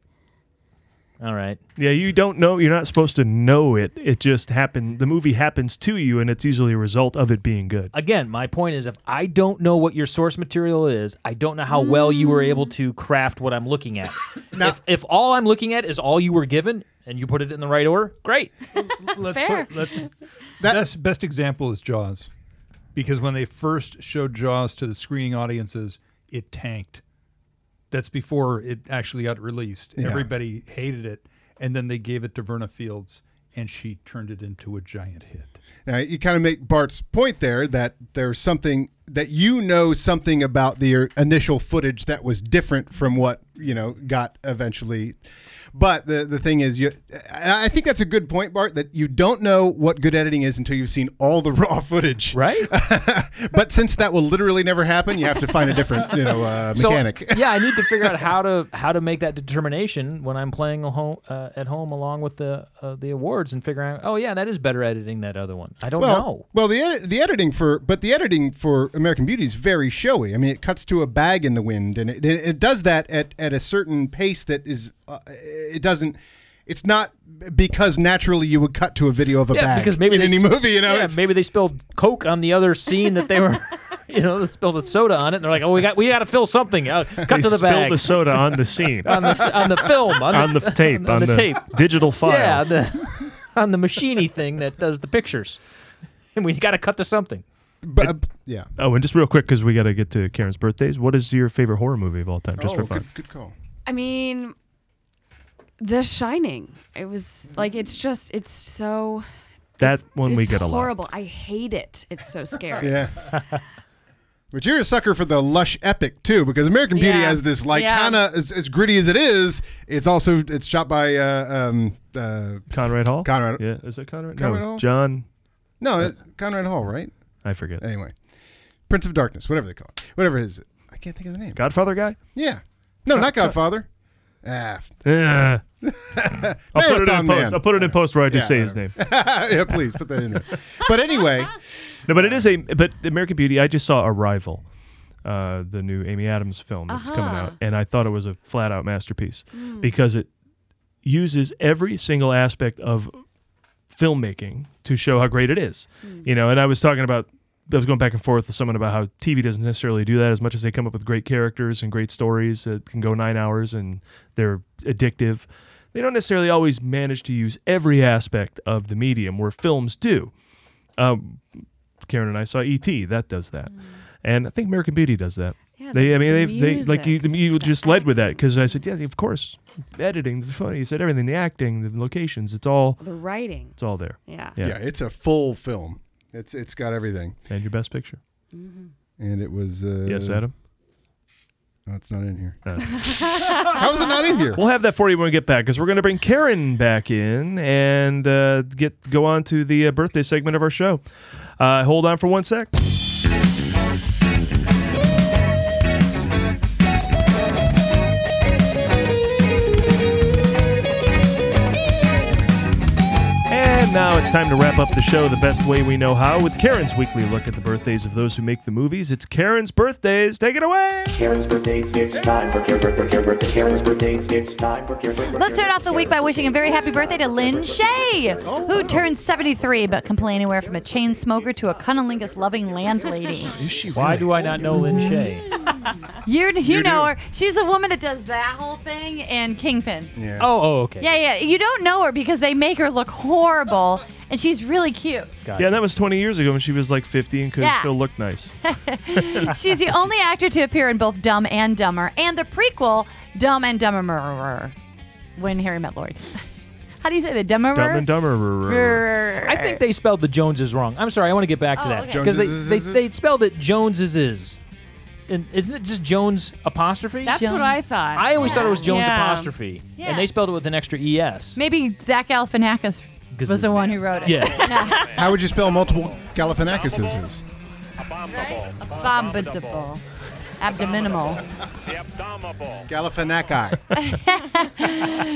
S3: All right.
S4: Yeah, you don't know. You're not supposed to know it. It just happened. The movie happens to you, and it's usually a result of it being good.
S3: Again, my point is if I don't know what your source material is, I don't know how well you were able
S4: Mm.
S3: to craft what I'm looking at. if, if all I'm looking at is all you were given and you put it in the right order, great.
S20: let's
S7: Fair.
S20: Put, let's. best, best example is Jaws, because when they first showed Jaws to the screening audiences, it tanked. That's before it actually got released.
S5: Yeah.
S20: Everybody hated it, and then they gave it to Verna Fields, and she turned it into a giant hit.
S5: Now you kind of make Bart's point there that there's something that you know something about the er, initial footage that was different from what you know got eventually. But the the thing is, you and I think that's a good point, Bart. That you don't know what good editing is until you've seen all the raw footage,
S3: right?
S5: but since that will literally never happen, you have to find a different you know uh,
S3: So,
S5: mechanic.
S3: yeah, I need to figure out how to how to make that determination when I'm playing a home, uh, at home along with the uh, the awards and figuring out. Oh yeah, that is better editing that other one. I don't
S5: well,
S3: know.
S5: Well, the edit, the editing for but the editing for American Beauty is very showy. I mean, it cuts to a bag in the wind, and it, it, it does that at, at a certain pace that is uh, it doesn't. It's not because naturally you would cut to a video of a
S3: yeah,
S5: bag
S3: because maybe
S5: in
S3: they
S5: any
S3: s-
S5: movie, you know.
S3: Yeah,
S5: it's-
S3: maybe they spilled Coke on the other scene that they were. You know, they spilled a soda on it, and they're like, "Oh, we got, we got to fill something. Uh, cut
S4: they
S3: to the
S4: spilled
S3: bag."
S4: the soda on the scene,
S3: on the s- on the film on,
S4: On the tape,
S3: on,
S4: on
S3: the,
S4: the
S3: tape
S4: digital file.
S3: yeah on the, on the machiney thing that does the pictures and we got to cut to something
S5: but uh, yeah
S4: Oh, and just real quick because we got to get to Karen's birthdays. What is your favorite horror movie of all time? Just for
S5: Oh,
S4: fun.
S5: Good, good call.
S7: I mean, The Shining. It was like it's just it's so.
S4: That one we
S7: it's
S4: get a lot.
S7: horrible. I hate it. It's so scary.
S5: Yeah. But you're a sucker for the lush epic too, because American Beauty
S7: Yeah.
S5: has this like
S7: Yeah.
S5: kind of as, as gritty as it is. It's also it's shot by uh, um, uh,
S4: Conrad Hall.
S5: Conrad.
S4: Yeah, is it Conrad?
S5: Conrad
S4: no,
S5: Hall?
S4: John.
S5: No, it- Conrad Hall, right?
S4: I forget.
S5: Anyway, Prince of Darkness, whatever they call it, whatever it is. I can't think of the name.
S4: Godfather guy.
S5: Yeah. No,
S4: Con-
S5: not
S4: Con-
S5: Godfather. Ah.
S4: Yeah. I'll put it in
S5: Marathon
S4: post.
S5: Man.
S4: I'll put it in post where I just
S5: Yeah,
S4: say his name.
S5: whatever. yeah, please put that in there. But anyway,
S4: no, but it is a but American Beauty. I just saw Arrival, uh, the new Amy Adams film that's coming
S1: Uh-huh.
S4: out, and I thought it was a flat out masterpiece because it uses every single aspect of filmmaking to show how great it is. You know, and I was talking about. I was going back and forth with someone about how TV doesn't necessarily do that as much as they come up with great characters and great stories that can go nine hours and they're addictive. They don't necessarily always manage to use every aspect of the medium where films do um, Karen and I saw E.T. That does that, and I think American Beauty does that.
S1: Mm. Yeah,
S4: they,
S1: the-
S4: I mean,
S1: the
S4: they, they like you,
S1: music,
S4: you just led with that because I said, yeah, of course, editing, the funny, you said everything, the acting, the locations, it's all
S7: The writing.
S4: it's all there.
S5: yeah,
S4: yeah,
S5: it's a full film. It's it's got everything.
S4: and your best picture.
S5: And it was uh,
S4: Yes, Adam?
S5: No, it's not in here.
S10: How
S5: is it not in here?
S4: We'll have that for you when we get back because we're going to bring Karen back in and uh, get go on to the uh, birthday segment of our show. Uh, hold on for one sec. And now it's time to wrap up the show the best way we know how with Karen's weekly look at the birthdays of those who make the movies. It's Karen's birthdays. Take it away.
S22: Karen's birthdays, it's time for Karen's birthday, Karen's birthday, Karen's birthdays, it's time for Karen's birthday.
S6: Let's start off the week by wishing a very happy birthday to Lynn Shay, who turned 73 but can play anywhere from a chain smoker to a cunnilingus loving landlady.
S3: Why do I not know Lynn Shay?
S6: You're, you
S3: You
S6: know
S3: do.
S6: her. She's a woman that does that whole thing in Kingpin.
S3: Yeah. Oh, oh, okay.
S6: Yeah, yeah. You don't know her because they make her look horrible, and she's really cute.
S4: Yeah, and that was 20 years ago when she was like 50 and could
S6: Yeah.
S4: still look nice.
S6: She's the only actor to appear in both Dumb and Dumber and the prequel Dumb and Dumber when Harry met Lloyd. How do you say the Dumber?
S3: Dumb and
S6: Dumber.
S3: I think they spelled the Joneses wrong. I'm sorry. I want to get back to
S6: Oh,
S3: that
S6: okay.
S3: because they, they,
S6: Joneses.
S3: they spelled it Joneses is, and isn't it just Jones apostrophe?
S7: That's what I thought.
S3: I always thought it was
S7: Yeah.
S3: Jones
S7: Yeah.
S3: apostrophe, and they spelled it with an extra E es.
S6: Maybe Zach Galifianakis was the one who wrote it.
S3: Yeah.
S5: How would you spell multiple Galifianakis?
S6: Abominable. Abdominimal.
S5: Galifianaki.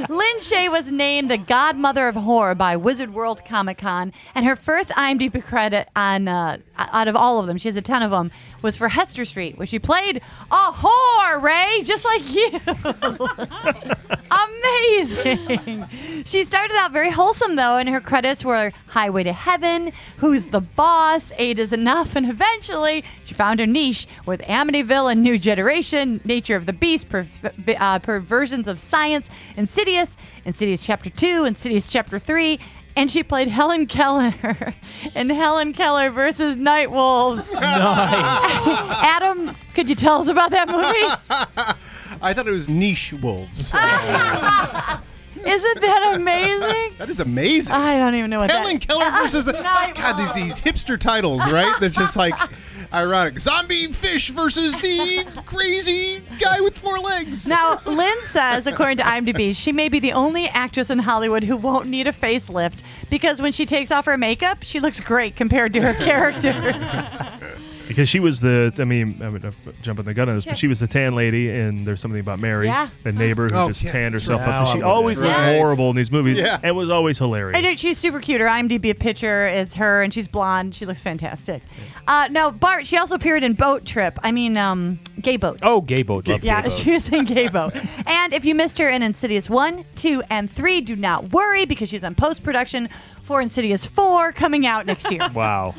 S6: Lin Shay was named the godmother of horror by Wizard World Comic Con, and her first IMDb credit on uh, out of all of them, she has a ton of them, was for Hester Street, where she played a whore, Ray, just like you. Amazing. She started out very wholesome though, and her credits were Highway to Heaven, Who's the Boss, Eight is Enough, and eventually she found her niche with Amityville and New Generation, Nature of the Beast, Perv- uh, Perversions of Science, Insidious, Insidious Chapter 2, Insidious Chapter 3, and she played Helen Keller in Helen Keller versus Night Wolves. Nice. Adam, could you tell us about that movie?
S5: I thought it was niche wolves.
S6: Isn't that amazing?
S5: that is amazing.
S6: I don't even know what
S5: Helen Keller versus the, God. These these hipster titles, right? They're just like ironic. Zombie fish versus the crazy guy with four legs.
S6: Now, Lynn says, according to IMDb, she may be the only actress in Hollywood who won't need a facelift because when she takes off her makeup, she looks great compared to her characters.
S4: Because she was the, I mean, I'm gonna jump in the gun on this, but she was the tan lady and There's Something About Mary,
S6: Yeah.
S4: the neighbor who
S5: Oh,
S4: just
S5: yeah,
S4: tanned
S5: that's
S4: herself
S5: right.
S4: up.
S5: Now
S4: She
S5: I'm
S4: always
S5: with
S4: looked
S5: you. Right.
S4: horrible in these movies
S5: Yeah.
S4: and was always hilarious.
S6: I know, she's super cute. Her IMDb picture is her, and she's blonde. She looks fantastic. Uh, no, Bart, she also appeared in Boat Trip. I mean, um, Gay Boat.
S3: Oh, gay boat. Love
S6: yeah,
S3: gay boat.
S6: she was in Gay Boat. and if you missed her in Insidious 1, 2, and 3, do not worry because she's on post production for Insidious 4 coming out next year.
S3: Wow.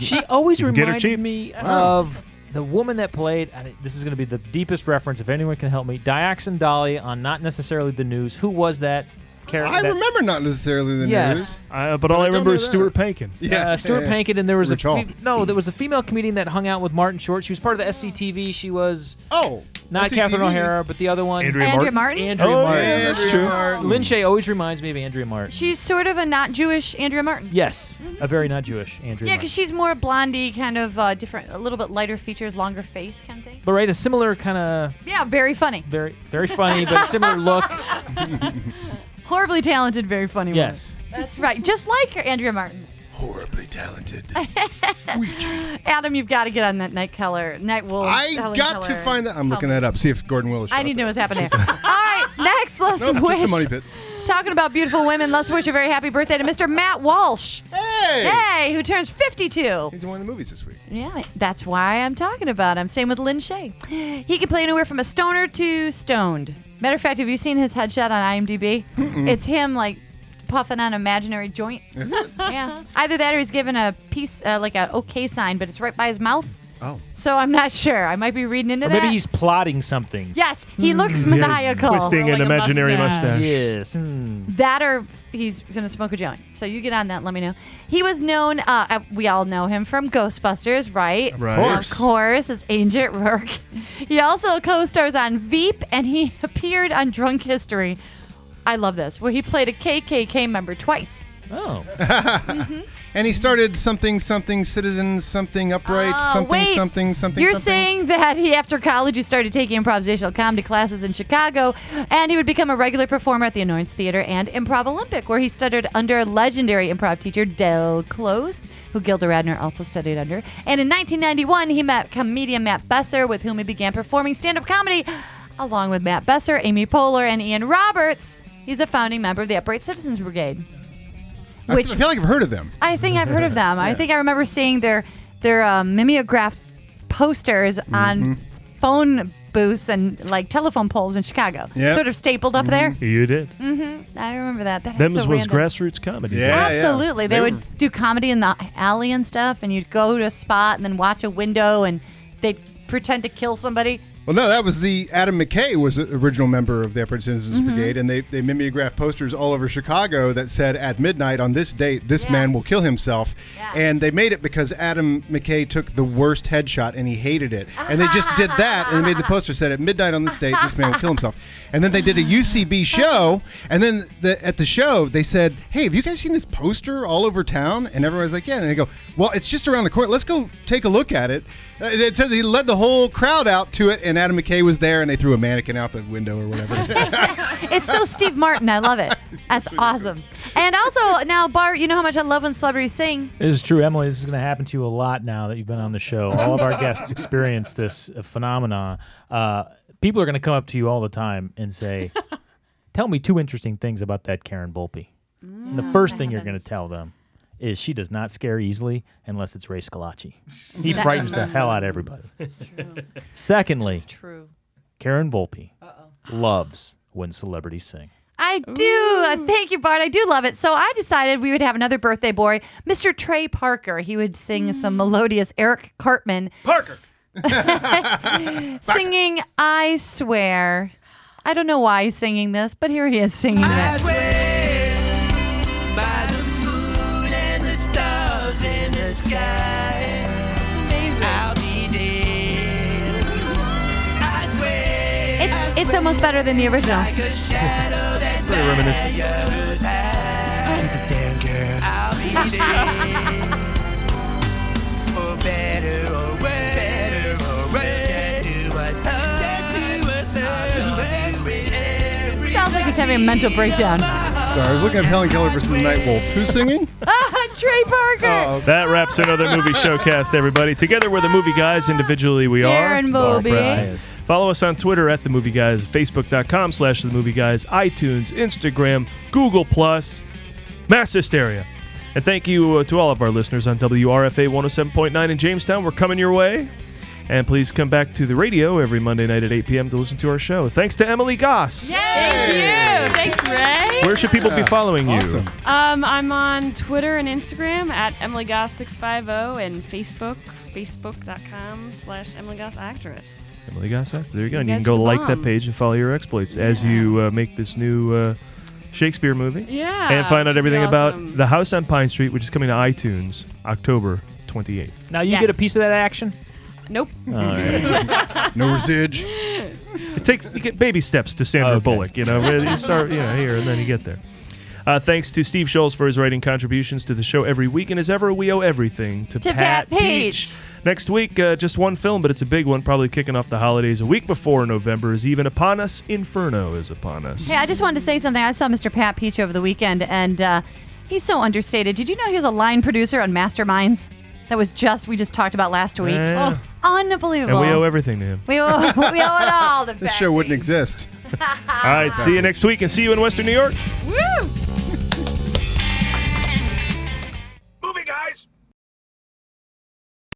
S3: she always
S6: You can get her
S3: reminded
S6: cheap.
S3: me
S6: Wow.
S3: of the woman that played. And it- this is going to be the deepest reference if anyone can help me. Dioxin Dolly on not necessarily the news. Who was that character?
S5: I remember not necessarily the
S3: Yes.
S5: news.
S4: Uh, but all I,
S3: don't
S4: remember
S3: know
S4: is
S3: that.
S4: Stuart Pankin.
S5: Yeah.
S3: uh, Stuart
S5: Yeah.
S3: Pankin, and there was
S5: Rich
S3: a
S5: Hall.
S3: fe- no, there was a female comedian that hung out with Martin Short. She was part of the SCTV. She was
S5: oh,
S3: not
S5: SCTV.
S3: Catherine O'Hara, but the other one,
S4: Andrea Andrea Martin? Martin?
S3: Andrea
S4: Oh,
S3: Martin.
S4: yeah, that's
S3: Andrea
S4: true.
S3: Martin. Lin Shay always reminds me of Andrea Martin.
S6: She's sort of a not Jewish Andrea Martin.
S3: yes, a very not Jewish Andrea.
S6: Yeah,
S3: Martin.
S6: because she's more blondie, kind of uh, different, a little bit lighter features, longer face kind of thing.
S3: but right, a similar kind of
S6: Yeah, very funny.
S3: very very funny but similar look.
S6: Horribly talented, very funny
S3: Yes.
S6: woman. That's right. Just like Andrea Martin.
S5: horribly talented.
S6: Adam, you've got to get on that Night Keller, Night Wolf.
S5: I got to find that. I'm looking that up. See if Gordon Willis.
S6: I need to know what's happening. All right, next, let's
S5: Nope,
S6: wish.
S5: just the money pit.
S6: Talking about beautiful women, let's wish a very happy birthday to Mr. Matt Walsh. Hey! Hey, who turns 52.
S5: He's in one of the movies this week.
S6: Yeah, that's why I'm talking about him. Same with Lynn Shay. He can play anywhere from a stoner to stoned. Matter of fact, have you seen his headshot on IMDb?
S10: Mm-mm.
S6: It's him, like, puffing on an imaginary joint. yeah. Either that or he's given a piece, uh, like a okay sign, but it's right by his mouth.
S5: Oh.
S6: So I'm not sure. I might be reading into
S3: Or
S6: that.
S3: maybe he's plotting something.
S6: Yes, he looks
S3: Yes,
S4: Mm.
S6: maniacal.
S3: Twisting an imaginary mustache.
S4: Yes.
S3: Hmm.
S6: That or he's going to smoke a joint. So you get on that. Let me know. He was known. Uh, uh, we all know him from Ghostbusters, right?
S10: Of Right. course.
S6: Of course, as Agent Rourke. He also co-stars on Veep, and he appeared on Drunk History. I love this, where he played a KKK member twice.
S3: Oh.
S5: And he started something, something, citizen, something, upright,
S6: Oh,
S5: something,
S6: wait.
S5: something, something.
S6: You're
S5: something.
S6: saying that he, after college, he started taking improvisational comedy classes in Chicago, and he would become a regular performer at the Annoyance Theater and Improv Olympic, where he studied under legendary improv teacher Del Close, who Gilda Radner also studied under. And in 1991, he met comedian Matt Besser, with whom he began performing stand-up comedy, along with Matt Besser, Amy Poehler, and Ian Roberts. He's a founding member of the Upright Citizens Brigade.
S5: I
S6: which-
S5: feel like I've heard of them.
S6: I think I've heard of them. I think I remember seeing their their um, mimeographed posters on phone booths and like telephone poles in Chicago,
S4: Yep.
S6: sort of stapled up there.
S4: You did.
S6: hmm I remember that. That is
S4: Them's
S6: so
S4: was
S6: random.
S4: grassroots comedy.
S6: Absolutely, they, would do comedy in the alley and stuff, and you'd go to a spot and then watch a window, and they'd pretend to kill somebody.
S5: Well, no, that was the Adam McKay was the original member of the Upright Citizens
S6: Mhm.
S5: Brigade, and they, they mimeographed posters all over Chicago that said, "At midnight on this date, this man will kill himself." And they made it because Adam McKay took the worst headshot and he hated
S6: Ah.
S5: it, and they just did that, and they made the poster said, "At midnight on this date, this man will kill himself." And then they did a UCB show, and then the, at the show they said, "Hey, have you guys seen this poster all over town?" And everyone's like, "Yeah," and they go, "Well, it's just around the corner. Let's go take a look at it." Uh, It says he led the whole crowd out to it, and Adam McKay was there, and they threw a mannequin out the window or whatever.
S6: It's so Steve Martin. I love it. That's awesome. And also now, Bart, you know how much I love when celebrities sing.
S3: This is true, Emily. This is going to happen to you a lot now that you've been on the show. All of our guests experience this uh, phenomenon. Uh, people are going to come up to you all the time and say, "Tell me two interesting things about that Karen Volpe."
S10: Mm,
S3: And the first thing you're going to tell them is she does not scare easily unless it's Ray Scalacci. He frightens the hell out of everybody.
S10: That's true.
S3: Secondly,
S10: That's true.
S3: Karen Volpe loves when celebrities sing.
S6: I do. Uh, Thank you, Bart. I do love it. So I decided we would have another birthday boy, Mr. Trey Parker. He would sing
S4: Mm.
S6: some melodious Eric Cartman. Parker. singing I Swear. I don't know why he's singing this, but here he is singing it.
S10: By the moon and the stars in the sky. I'll be there. I swear.
S6: It's, it's almost better than the original.
S10: Like a shadow that's
S4: Very reminiscent.
S10: Keep it down, girl. I'll be there. For better or worse. Better or worse. Do what's
S6: Sounds like he's having a mental breakdown.
S5: Sorry, I was looking at Helen Keller versus the Night Wolf. Who's singing?
S6: Ah, Trey Parker.
S4: That wraps another movie showcast, everybody. Together we're the movie guys. Individually we are.
S6: Aaron
S4: Bob
S6: Moby.
S4: Preston. Follow us on Twitter at the movie guys, Facebook.com slash the movie guys, iTunes, Instagram, Google Plus, Mass Hysteria. And thank you uh, to all of our listeners on WRFA 107.9 in Jamestown. We're coming your way. And please come back to the radio every Monday night at 8 p.m. to listen to our show. Thanks to Emily Goss.
S7: Thank you. Thanks, Ray.
S4: Where should people be following you?
S5: Awesome.
S7: Um, I'm on Twitter and Instagram at Emily Goss 650 and Facebook, facebook.com slash Emily Goss Actress.
S4: Emily Goss, Act. there you go.
S7: You
S4: and you
S7: guys
S4: can go
S7: are the
S4: like that
S7: bomb.
S4: page and follow your exploits as you uh, make this new uh, Shakespeare movie.
S7: Yeah,
S4: And find out
S7: which would be
S4: everything
S7: awesome.
S4: about The House on Pine Street, which is coming to iTunes October 28th.
S3: Now you get a piece of that action.
S7: Nope.
S4: All right.
S5: no residual.
S4: It takes you get baby steps to Sandra Bullock. You know, where you start you know here and then you get there. Uh, thanks to Steve Scholes for his writing contributions to the show every week, and as ever, we owe everything to,
S10: To Pat
S4: Peach. Next week, uh, just one film, but it's a big one, probably kicking off the holidays. A week before November is even upon us. Inferno is upon us.
S6: Hey, I just wanted to say something. I saw Mr. Pat Peach over the weekend, and uh, He's so understated. Did you know he was a line producer on Masterminds? That was just we just talked about last week.
S4: Yeah.
S6: Oh, unbelievable.
S4: Eh. And we owe everything to him.
S6: We owe, we owe it all. The
S5: This show wouldn't exist.
S4: All right, see you next week and see you in Western New York.
S6: Woo!